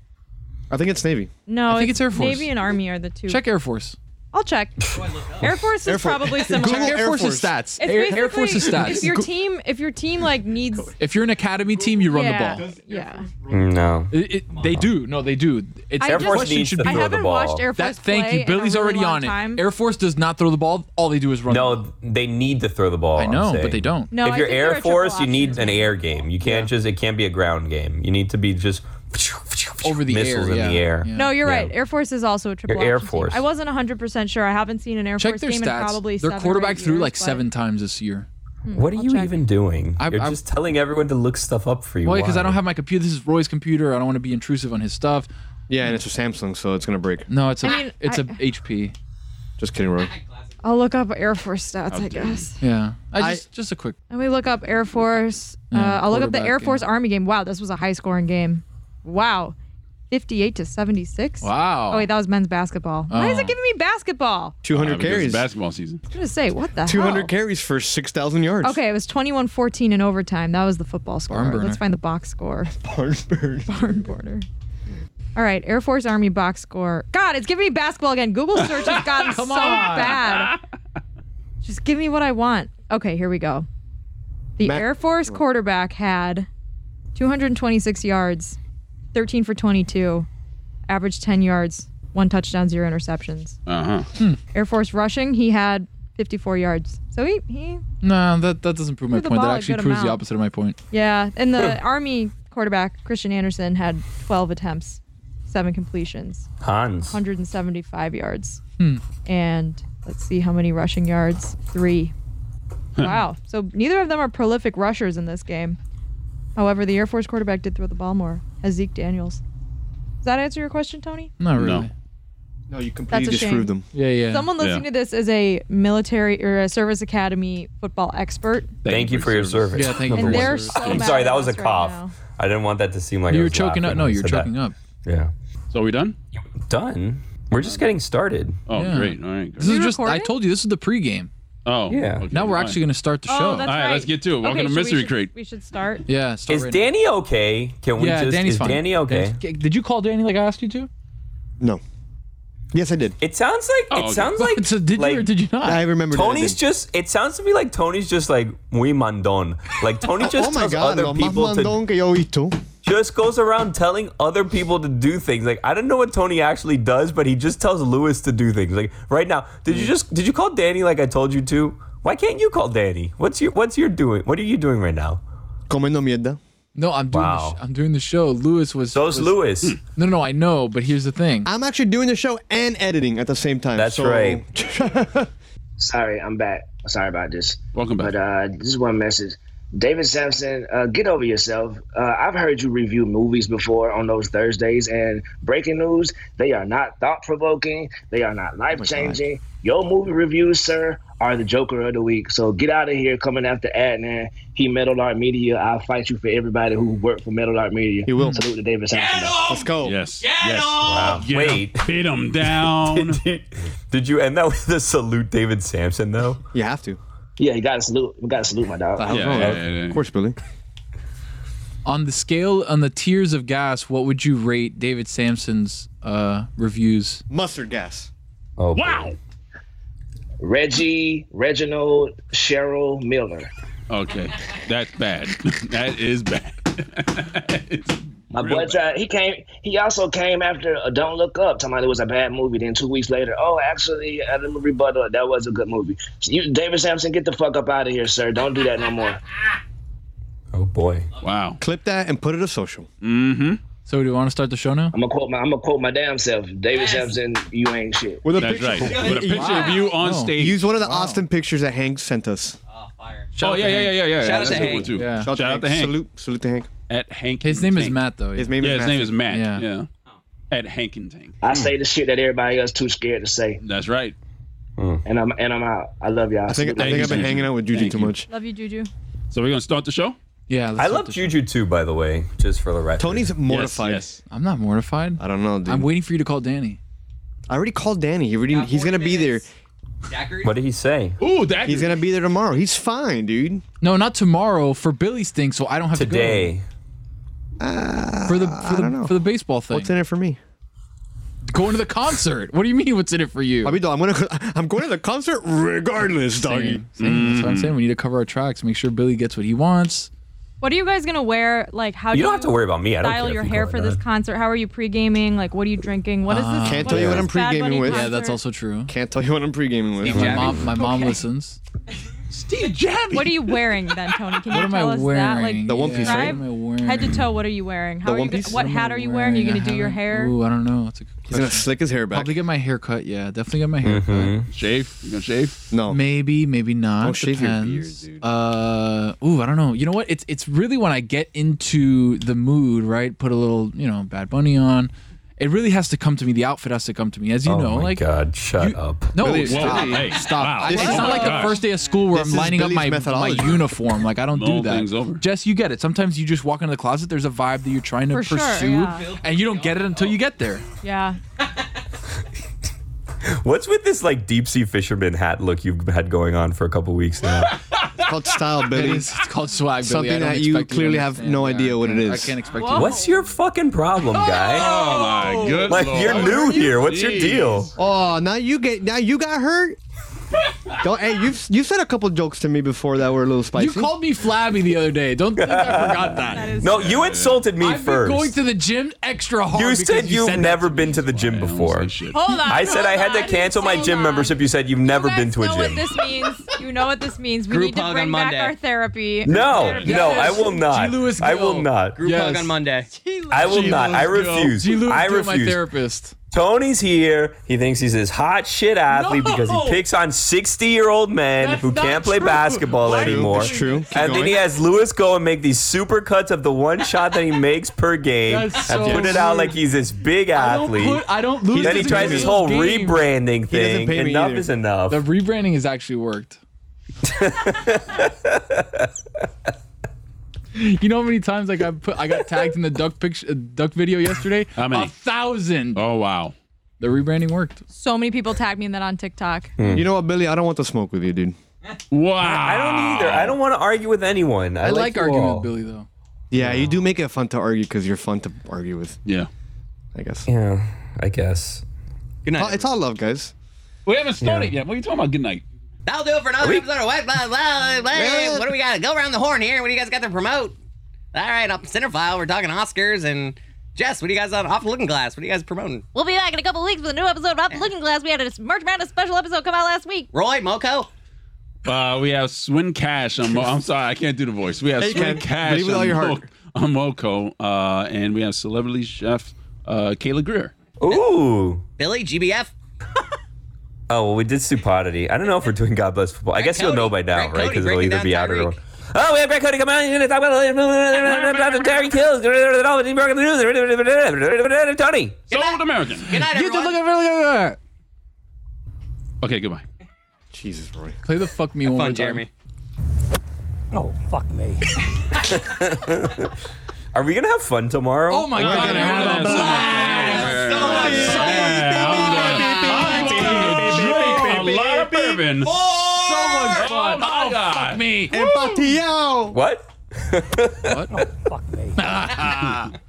Speaker 6: I think it's Navy.
Speaker 5: No,
Speaker 2: I think it's Air Force.
Speaker 5: Navy and Army are the two.
Speaker 2: Check Air Force.
Speaker 5: I'll check. Air Force is
Speaker 2: Air Force.
Speaker 5: probably similar.
Speaker 2: Google Air Air Force's Force. stats.
Speaker 5: It's
Speaker 2: Air- Air
Speaker 5: basically,
Speaker 2: Force's stats.
Speaker 5: If your
Speaker 2: Go-
Speaker 5: team, if your team like needs,
Speaker 2: If you're an academy team, you run
Speaker 5: yeah,
Speaker 2: the ball.
Speaker 5: Yeah.
Speaker 4: No.
Speaker 2: It, it, they do. No, they do. It's,
Speaker 5: I Air just- Force needs to
Speaker 4: throw the I haven't ball. watched
Speaker 5: Air
Speaker 2: That,
Speaker 5: Force
Speaker 2: thank
Speaker 5: play
Speaker 2: you.
Speaker 5: in a
Speaker 2: Billy's
Speaker 5: really
Speaker 2: already
Speaker 5: long
Speaker 2: on it.
Speaker 5: time.
Speaker 2: Air Force does not throw the ball. All they do is run. the ball.
Speaker 4: No, they need to throw the ball. I
Speaker 2: know, but they don't.
Speaker 5: No,
Speaker 4: if
Speaker 5: I
Speaker 4: you're
Speaker 5: think they're a
Speaker 4: Air
Speaker 5: triple
Speaker 4: Force, you
Speaker 5: option.
Speaker 4: need an air game. You can't just. It can't be a ground game. You need to be just
Speaker 2: Over the
Speaker 4: missiles
Speaker 2: air,
Speaker 4: in
Speaker 2: yeah.
Speaker 4: the air.
Speaker 5: No, you're right. Air Force is also a triple
Speaker 4: Air
Speaker 5: option team.
Speaker 4: Force.
Speaker 5: I wasn't 100 percent sure. I haven't seen an Air
Speaker 2: Check
Speaker 5: Force
Speaker 2: their
Speaker 5: game in probably
Speaker 2: stats. Their
Speaker 5: seven or
Speaker 2: quarterback
Speaker 5: eight
Speaker 2: threw
Speaker 5: years,
Speaker 2: like
Speaker 5: but-
Speaker 2: seven times this year.
Speaker 4: What are you even doing?
Speaker 2: I-
Speaker 4: you're
Speaker 2: I-
Speaker 4: just telling everyone to look stuff up for you.
Speaker 2: Well, because I
Speaker 4: Why?
Speaker 2: don't have my computer. This is Roy's computer. I don't want to be intrusive on his stuff.
Speaker 6: Yeah, and it's a Samsung, so it's gonna break.
Speaker 2: No, it's a
Speaker 5: I mean,
Speaker 2: it's a
Speaker 5: I-
Speaker 2: HP.
Speaker 6: Just kidding, Roy.
Speaker 5: I'll look up Air Force stats, I guess.
Speaker 2: Yeah, I
Speaker 6: I-
Speaker 2: just just a quick.
Speaker 5: Let me look up Air Force.
Speaker 2: Yeah,
Speaker 5: uh, I'll look up the
Speaker 2: quarterback
Speaker 5: Air
Speaker 2: game.
Speaker 5: Force Army game. Wow, this was a high scoring game. Wow. 58 to 76.
Speaker 2: Wow.
Speaker 5: Oh, wait, that was men's basketball. Why is
Speaker 2: Oh.
Speaker 5: it giving me basketball?
Speaker 6: 200
Speaker 3: because
Speaker 6: carries.
Speaker 3: it's basketball season.
Speaker 5: I'm going to say, what the hell?
Speaker 6: 200 carries for 6,000 yards.
Speaker 5: Okay, it was 21 14 in overtime. That was the football score.
Speaker 6: Barn burner.
Speaker 5: Let's find the box score.
Speaker 6: Barn burner.
Speaker 5: Barn burner. All right, Air Force Army box score. God, it's giving me basketball again. Google search has gotten so
Speaker 12: Come on.
Speaker 5: bad. Just give me what I want. Okay, here we go. The Air Force quarterback had 226 yards, 13 for 22, average 10 yards, one touchdown, zero interceptions.
Speaker 4: Uh-huh.
Speaker 3: Uh huh.
Speaker 2: Hmm.
Speaker 5: Air Force rushing, he had 54 yards. So he, he
Speaker 2: No, that that doesn't prove my
Speaker 5: Threw the
Speaker 2: point.
Speaker 5: ball
Speaker 2: That
Speaker 5: a
Speaker 2: actually
Speaker 5: good
Speaker 2: proves the
Speaker 5: amount.
Speaker 2: opposite of my point.
Speaker 5: Yeah, and the Army quarterback Christian Anderson had 12 attempts, seven completions,
Speaker 4: Hans.
Speaker 5: 175 yards,
Speaker 4: Hmm.
Speaker 5: and let's see how many rushing yards. Three. wow. So neither of them are prolific rushers in this game. However, the Air Force quarterback did throw the ball more, as Zeke Daniels. Does that answer your question, Tony?
Speaker 2: Not really.
Speaker 6: No, you
Speaker 5: completely That's a shame. disproved them.
Speaker 2: Yeah, yeah.
Speaker 5: Someone listening to this is a military or a service academy football expert.
Speaker 4: Thank, you for your service.
Speaker 2: Yeah, thank you
Speaker 5: And for your they're service. so
Speaker 4: I'm
Speaker 5: mad
Speaker 4: sorry,
Speaker 5: at
Speaker 4: that was a
Speaker 5: us right
Speaker 4: cough.
Speaker 5: now.
Speaker 4: I didn't want that to seem like
Speaker 2: You
Speaker 4: I
Speaker 2: were
Speaker 4: was
Speaker 2: choking up.
Speaker 4: laughing
Speaker 2: No,
Speaker 4: when I
Speaker 2: you're
Speaker 4: said that.
Speaker 2: choking up.
Speaker 4: Yeah.
Speaker 3: So are we done?
Speaker 4: Done. We're just getting started.
Speaker 3: Oh, great. All right.
Speaker 2: This is just. I told you this is the pregame.
Speaker 3: Oh,
Speaker 4: Yeah.
Speaker 2: Now we're actually going to start the show.
Speaker 5: Oh, that's
Speaker 3: All right, let's get to it. Welcome to
Speaker 5: should we-
Speaker 3: Mystery
Speaker 5: should-
Speaker 3: Crate.
Speaker 5: We should start.
Speaker 2: Yeah.
Speaker 4: Is Danny okay? Can we
Speaker 2: yeah,
Speaker 4: just?
Speaker 2: Danny's
Speaker 4: is
Speaker 2: fine.
Speaker 4: Danny okay?
Speaker 2: Danny's- did you call Danny like I asked you to?
Speaker 6: No. Yes, I did.
Speaker 4: It sounds like it sounds like.
Speaker 2: Oh, So did
Speaker 4: like,
Speaker 2: you or did you not?
Speaker 6: I remember that I
Speaker 4: Tony's
Speaker 6: did.
Speaker 4: just. It sounds to me like Tony's just like muy mandon. Like Tony just
Speaker 6: oh my
Speaker 4: tells
Speaker 6: God,
Speaker 4: other
Speaker 6: lo más
Speaker 4: people to.
Speaker 6: mandón que yo he visto.
Speaker 4: Just goes around telling other people to do things. Like I don't know what Tony actually does, but he just tells Lewis to do things. Like right now, did
Speaker 6: Mm.
Speaker 4: you just did you call Danny like I told you to? Why can't you call Danny? What's your what's your doing? What are you doing right now?
Speaker 6: Comiendo mierda.
Speaker 2: No, I'm doing. The sh- I'm doing the show. Lewis was.
Speaker 4: So's
Speaker 2: was-
Speaker 4: Lewis.
Speaker 2: No, no, no, I know, but here's the thing.
Speaker 6: I'm actually doing the show and editing at the same time.
Speaker 4: That's
Speaker 6: so-
Speaker 4: right.
Speaker 8: Sorry, I'm back. Sorry about this.
Speaker 3: Welcome back.
Speaker 8: But uh, this is one message. David Sampson, uh, get over yourself. Uh, I've heard you review movies before on those Thursdays, and breaking news, they are not thought provoking, they are not life changing. Your movie reviews, sir, are the Joker of the week. So get out of here coming after Adnan. He Metal Art Media. I'll fight you for everybody who worked for Metal Art Media. He will. Salute to David Sampson.
Speaker 3: Let's
Speaker 6: go.
Speaker 3: Yes. yes.
Speaker 4: Wow.
Speaker 3: Get
Speaker 4: Wait.
Speaker 3: Beat him down.
Speaker 4: did, did you end that with the salute David Sampson though?
Speaker 6: You have to.
Speaker 8: Yeah, you gotta salute. You gotta salute my dog.
Speaker 6: Of course, Billy.
Speaker 2: On the scale, on the tiers of gas, what would you rate David Sampson's uh, reviews?
Speaker 6: Mustard gas.
Speaker 4: Oh,
Speaker 3: wow.
Speaker 8: Reggie, Reginald, Cheryl Miller.
Speaker 3: Okay, that's bad. that is bad.
Speaker 8: My boy tried. He came. He also came after uh, Don't Look Up. Somebody it was a bad movie. Then two weeks later, oh, actually, uh, let me rebuttal. it. That was a good movie. So you, David Sampson, get the fuck up out of here, sir. Don't do that no more.
Speaker 4: Oh boy.
Speaker 3: Wow.
Speaker 6: Clip that and put it to social.
Speaker 3: Mm-hmm.
Speaker 2: So, do you want to start the show now?
Speaker 8: I'm gonna quote my. I'm gonna quote my damn self. David Sampson, you ain't shit.
Speaker 6: With a
Speaker 3: That's
Speaker 6: picture.
Speaker 3: right. With a picture of you on
Speaker 6: No.
Speaker 3: stage.
Speaker 6: Use one of the Austin pictures that Hank sent us.
Speaker 3: oh yeah, yeah, yeah, yeah, yeah.
Speaker 6: Shout out
Speaker 3: That's
Speaker 6: to
Speaker 3: a good
Speaker 6: Hank.
Speaker 3: one, too.
Speaker 2: Yeah.
Speaker 3: Shout out to Hank.
Speaker 6: Salute, salute to Hank.
Speaker 3: At Hank.
Speaker 2: His name is Matt, though.
Speaker 6: His name
Speaker 3: yeah,
Speaker 6: is
Speaker 3: his
Speaker 6: Matt.
Speaker 3: name is Matt.
Speaker 2: Yeah.
Speaker 3: Yeah. At Hank and Tank.
Speaker 8: I say the shit that everybody else too scared to say.
Speaker 3: That's right.
Speaker 8: And I'm and I'm out. I love y'all.
Speaker 6: I think, I think I've been hanging out with Juju too much.
Speaker 5: Love you, Juju.
Speaker 3: So we're gonna start the show.
Speaker 2: Yeah.
Speaker 4: I love Juju too, by the way, just for the record.
Speaker 6: Tony's mortified.
Speaker 2: I'm not mortified.
Speaker 6: I don't know, dude.
Speaker 2: I'm waiting for you to call Danny.
Speaker 6: I already called Danny. He already, he's gonna be there.
Speaker 4: What did he say?
Speaker 3: Ooh, that
Speaker 6: He's gonna be there tomorrow. He's fine, dude.
Speaker 2: No, not tomorrow for Billy's thing, so I don't have
Speaker 4: Today.
Speaker 6: Ah,
Speaker 2: to go. For the for the, for the baseball thing.
Speaker 6: What's in it for me?
Speaker 2: Going to the concert. What do you mean what's in it for you?
Speaker 6: I mean, I'm gonna I'm going to the concert regardless, doggy.
Speaker 2: Same, same. That's what
Speaker 3: Mm-hmm.
Speaker 2: I'm saying.
Speaker 5: Mm.
Speaker 2: We need to cover our tracks, make sure Billy gets what he wants.
Speaker 5: What are you guys gonna wear? Like, how
Speaker 2: You
Speaker 5: do
Speaker 2: don't have to worry about me. I don't
Speaker 5: style
Speaker 2: care if
Speaker 5: your
Speaker 2: you
Speaker 5: hair
Speaker 2: go or
Speaker 5: for this
Speaker 2: not.
Speaker 5: concert. How are you pre-gaming? Like, what are you drinking? What is this?
Speaker 2: Uh,
Speaker 6: Can't tell you what
Speaker 5: is
Speaker 6: I'm
Speaker 5: this Bad Bunny
Speaker 6: pre-gaming with.
Speaker 5: concert?
Speaker 2: true.
Speaker 6: Can't tell you what I'm pre-gaming with.
Speaker 2: My mom, my mom listens. Steve Jabby.
Speaker 5: What are you wearing then, Tony? Can
Speaker 2: What
Speaker 5: you
Speaker 2: am
Speaker 5: tell
Speaker 2: I
Speaker 5: us that?
Speaker 2: wearing?
Speaker 5: Like,
Speaker 2: The one piece, right?
Speaker 5: describe
Speaker 2: What am I wearing?
Speaker 5: Head to toe, what are you wearing? How
Speaker 2: The
Speaker 5: are you
Speaker 2: one
Speaker 5: gonna-
Speaker 2: piece?
Speaker 5: What
Speaker 2: What am
Speaker 5: hat
Speaker 2: I
Speaker 5: are you wearing? Are you
Speaker 2: wearing?
Speaker 5: gonna
Speaker 2: I
Speaker 5: do your
Speaker 2: haven't-
Speaker 5: hair?
Speaker 2: Ooh, I don't know. It's a good
Speaker 6: He's gonna slick his hair back.
Speaker 2: Probably get my hair cut. Yeah, definitely get my hair
Speaker 4: Mm-hmm.
Speaker 2: cut.
Speaker 3: Shave? You gonna shave?
Speaker 6: No.
Speaker 2: Maybe, maybe not.
Speaker 6: Don't shave your beard,
Speaker 2: Depends. Uh, ooh, I don't know. You know what? It's it's really when I get into the mood, right? Put a little, you know, Bad Bunny on, It really has to come to me. The outfit has to come to me, as you
Speaker 4: oh
Speaker 2: know.
Speaker 4: my
Speaker 2: like,
Speaker 4: God, shut up.
Speaker 2: no,
Speaker 4: Really?
Speaker 2: stop,
Speaker 4: Whoa, hey,
Speaker 2: stop.
Speaker 4: wow.
Speaker 2: It's
Speaker 4: This is-
Speaker 2: not
Speaker 4: oh
Speaker 2: like
Speaker 4: my
Speaker 2: the
Speaker 4: gosh.
Speaker 2: first day of school where
Speaker 4: This
Speaker 2: I'm
Speaker 4: is
Speaker 2: lining up
Speaker 4: Billy's
Speaker 2: my my
Speaker 4: methodology.
Speaker 2: uniform. Like I don't
Speaker 4: The whole
Speaker 2: do
Speaker 4: thing's
Speaker 2: that. Jess, you get it. Sometimes you just walk into the closet. There's a vibe that you're trying to
Speaker 5: For sure,
Speaker 2: pursue,
Speaker 5: yeah.
Speaker 2: and you don't get it until you get there.
Speaker 5: Yeah.
Speaker 4: What's with this like deep sea fisherman hat look you've had going on for a couple weeks now?
Speaker 6: It's called style, Billy.
Speaker 2: It is. It's called swag, Billy. I
Speaker 6: Something
Speaker 2: don't
Speaker 6: that you
Speaker 2: expect you to
Speaker 6: clearly have
Speaker 2: understand.
Speaker 6: no
Speaker 2: Yeah,
Speaker 6: idea what it
Speaker 2: I
Speaker 6: is.
Speaker 2: can't expect you.
Speaker 4: What's your fucking problem, guy?
Speaker 6: Oh, my good
Speaker 4: Like you're
Speaker 6: lord.
Speaker 4: new here. What's your deal?
Speaker 6: Oh, now you get now you got hurt. Don't, hey, you've you've said a couple jokes to me before that were a little spicy.
Speaker 2: You called me flabby the other day. Don't think I forgot that.
Speaker 4: No, you insulted me
Speaker 2: I've
Speaker 4: first.
Speaker 2: been going to the gym extra hard.
Speaker 4: you
Speaker 2: because
Speaker 4: said
Speaker 2: you
Speaker 4: you've
Speaker 2: said that
Speaker 4: never been to the gym before.
Speaker 5: Hold on,
Speaker 4: I said I had to cancel my gym membership. You said you've never been to a
Speaker 5: know what
Speaker 4: gym.
Speaker 5: this means. You know what this means. We
Speaker 4: Group
Speaker 5: need to
Speaker 4: hug
Speaker 5: bring
Speaker 4: on
Speaker 5: back
Speaker 4: Monday.
Speaker 5: our therapy.
Speaker 4: No,
Speaker 5: Our therapy.
Speaker 4: no, I will not.
Speaker 2: Lewis
Speaker 4: I will not.
Speaker 7: Group hug on Monday.
Speaker 4: I will not. I refuse.
Speaker 2: G. Lewis
Speaker 4: I
Speaker 2: Gill,
Speaker 4: refuse.
Speaker 2: my therapist.
Speaker 4: Tony's here. He thinks he's this hot shit athlete because he
Speaker 2: No!
Speaker 4: picks on 60 year old men
Speaker 2: That's
Speaker 4: who
Speaker 2: not
Speaker 4: can't play
Speaker 2: true.
Speaker 4: basketball
Speaker 2: Why-
Speaker 4: anymore.
Speaker 2: That's true. Keep
Speaker 4: And then he
Speaker 2: going.
Speaker 4: has Lewis go and make these super cuts of the one shot that he makes per game
Speaker 2: That's
Speaker 4: and
Speaker 2: so
Speaker 4: put it out
Speaker 2: rude.
Speaker 4: like he's this big
Speaker 2: don't
Speaker 4: athlete.
Speaker 2: put- I don't lose
Speaker 4: Then
Speaker 2: to
Speaker 4: he
Speaker 2: the
Speaker 4: tries
Speaker 2: game.
Speaker 4: this whole
Speaker 2: Game.
Speaker 4: rebranding
Speaker 2: He
Speaker 4: thing.
Speaker 2: doesn't pay me
Speaker 4: Enough
Speaker 2: either.
Speaker 4: is enough.
Speaker 2: The rebranding has actually worked. you know how many times like I put I got tagged in the duck picture uh, duck video yesterday? How many? A thousand.
Speaker 3: Oh wow.
Speaker 2: The rebranding worked.
Speaker 5: So many people tagged me in that on TikTok.
Speaker 6: You know what, Billy? I don't want to smoke with you, dude.
Speaker 3: Wow.
Speaker 4: Hmm. I don't either. I don't want to argue with anyone. I,
Speaker 6: I like
Speaker 4: you
Speaker 6: arguing with
Speaker 4: all.
Speaker 2: Billy though.
Speaker 6: Yeah, you do make it fun to argue because you're fun to argue with.
Speaker 3: Yeah.
Speaker 6: I guess.
Speaker 4: Yeah, I guess.
Speaker 6: Good night. It's all love, guys.
Speaker 3: We haven't started yet. What are you talking about? Good night.
Speaker 7: That'll do it for another episode of What Blah Blah Blah. Blah. What do we got? Go around the horn here. What do you guys got to promote? All right, up Centerfile, we're talking Oscars and Jess. What do you guys on Off the Looking Glass? What are you guys promoting?
Speaker 12: We'll be back in a couple weeks with a new episode of Up the Looking Glass. We had a Merch Madness special episode come out last week.
Speaker 7: Roy Moco.
Speaker 3: Uh, we have Swin Cash. On Mo- I'm sorry, I can't do the voice. We have
Speaker 6: Hey, you
Speaker 3: Swin
Speaker 6: can.
Speaker 3: Cash
Speaker 6: Believe with all
Speaker 3: on,
Speaker 6: your
Speaker 3: Mo-
Speaker 6: heart.
Speaker 3: on Moco, uh, and we have celebrity chef uh, Kayla Greer.
Speaker 4: Ooh.
Speaker 7: Billy GBF.
Speaker 4: Oh well, we did stupidity. I don't know if we're doing God Bless Football. I guess you'll know by now, right? Because it'll either be out or. Oh, we have Greg Cody come on. You're gonna talk about Terry Kills. Tony.
Speaker 3: Sold American.
Speaker 7: Good night,
Speaker 2: You just look at really good.
Speaker 3: Okay, goodbye.
Speaker 6: Jesus, Roy.
Speaker 2: Play the fuck me one more time.
Speaker 7: Jeremy.
Speaker 4: Oh fuck me. Are we gonna have fun tomorrow?
Speaker 2: Oh my god.
Speaker 3: A lot of bourbon.
Speaker 2: Oh, so much fun.
Speaker 3: my
Speaker 2: Oh,
Speaker 3: God.
Speaker 2: fuck me.
Speaker 6: Empatio.
Speaker 4: What?
Speaker 2: what?
Speaker 4: fuck me.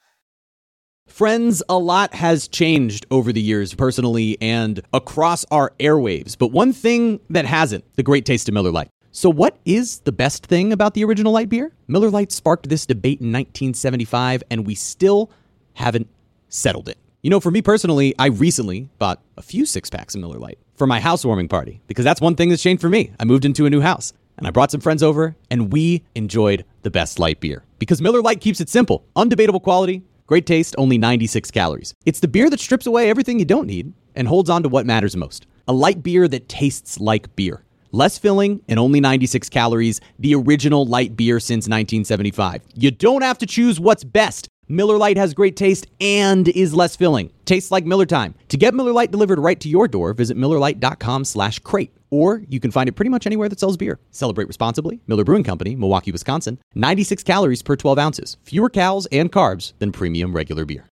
Speaker 9: Friends, a lot has changed over the years, personally and across our airwaves. But one thing that hasn't the great taste of Miller Lite. So, what is the best thing about the original light beer? Miller Lite sparked this debate in 1975, and we still haven't settled it. You know, for me personally, I recently bought a few six packs of Miller Lite for my housewarming party because that's one thing that's changed for me. I moved into a new house and I brought some friends over and we enjoyed the best light beer because Miller Lite keeps it simple, undebatable quality, great taste, only 96 calories. It's the beer that strips away everything you don't need and holds on to what matters most. A light beer that tastes like beer. Less filling and only 96 calories, the original light beer since 1975. You don't have to choose what's best. Miller Lite has great taste and is less filling. Tastes like Miller time. To get Miller Lite delivered right to your door, visit MillerLite.com slash crate. Or you can find it pretty much anywhere that sells beer. Celebrate responsibly. Miller Brewing Company, Milwaukee, Wisconsin. 96 calories per 12 ounces. Fewer calories and carbs than premium regular beer.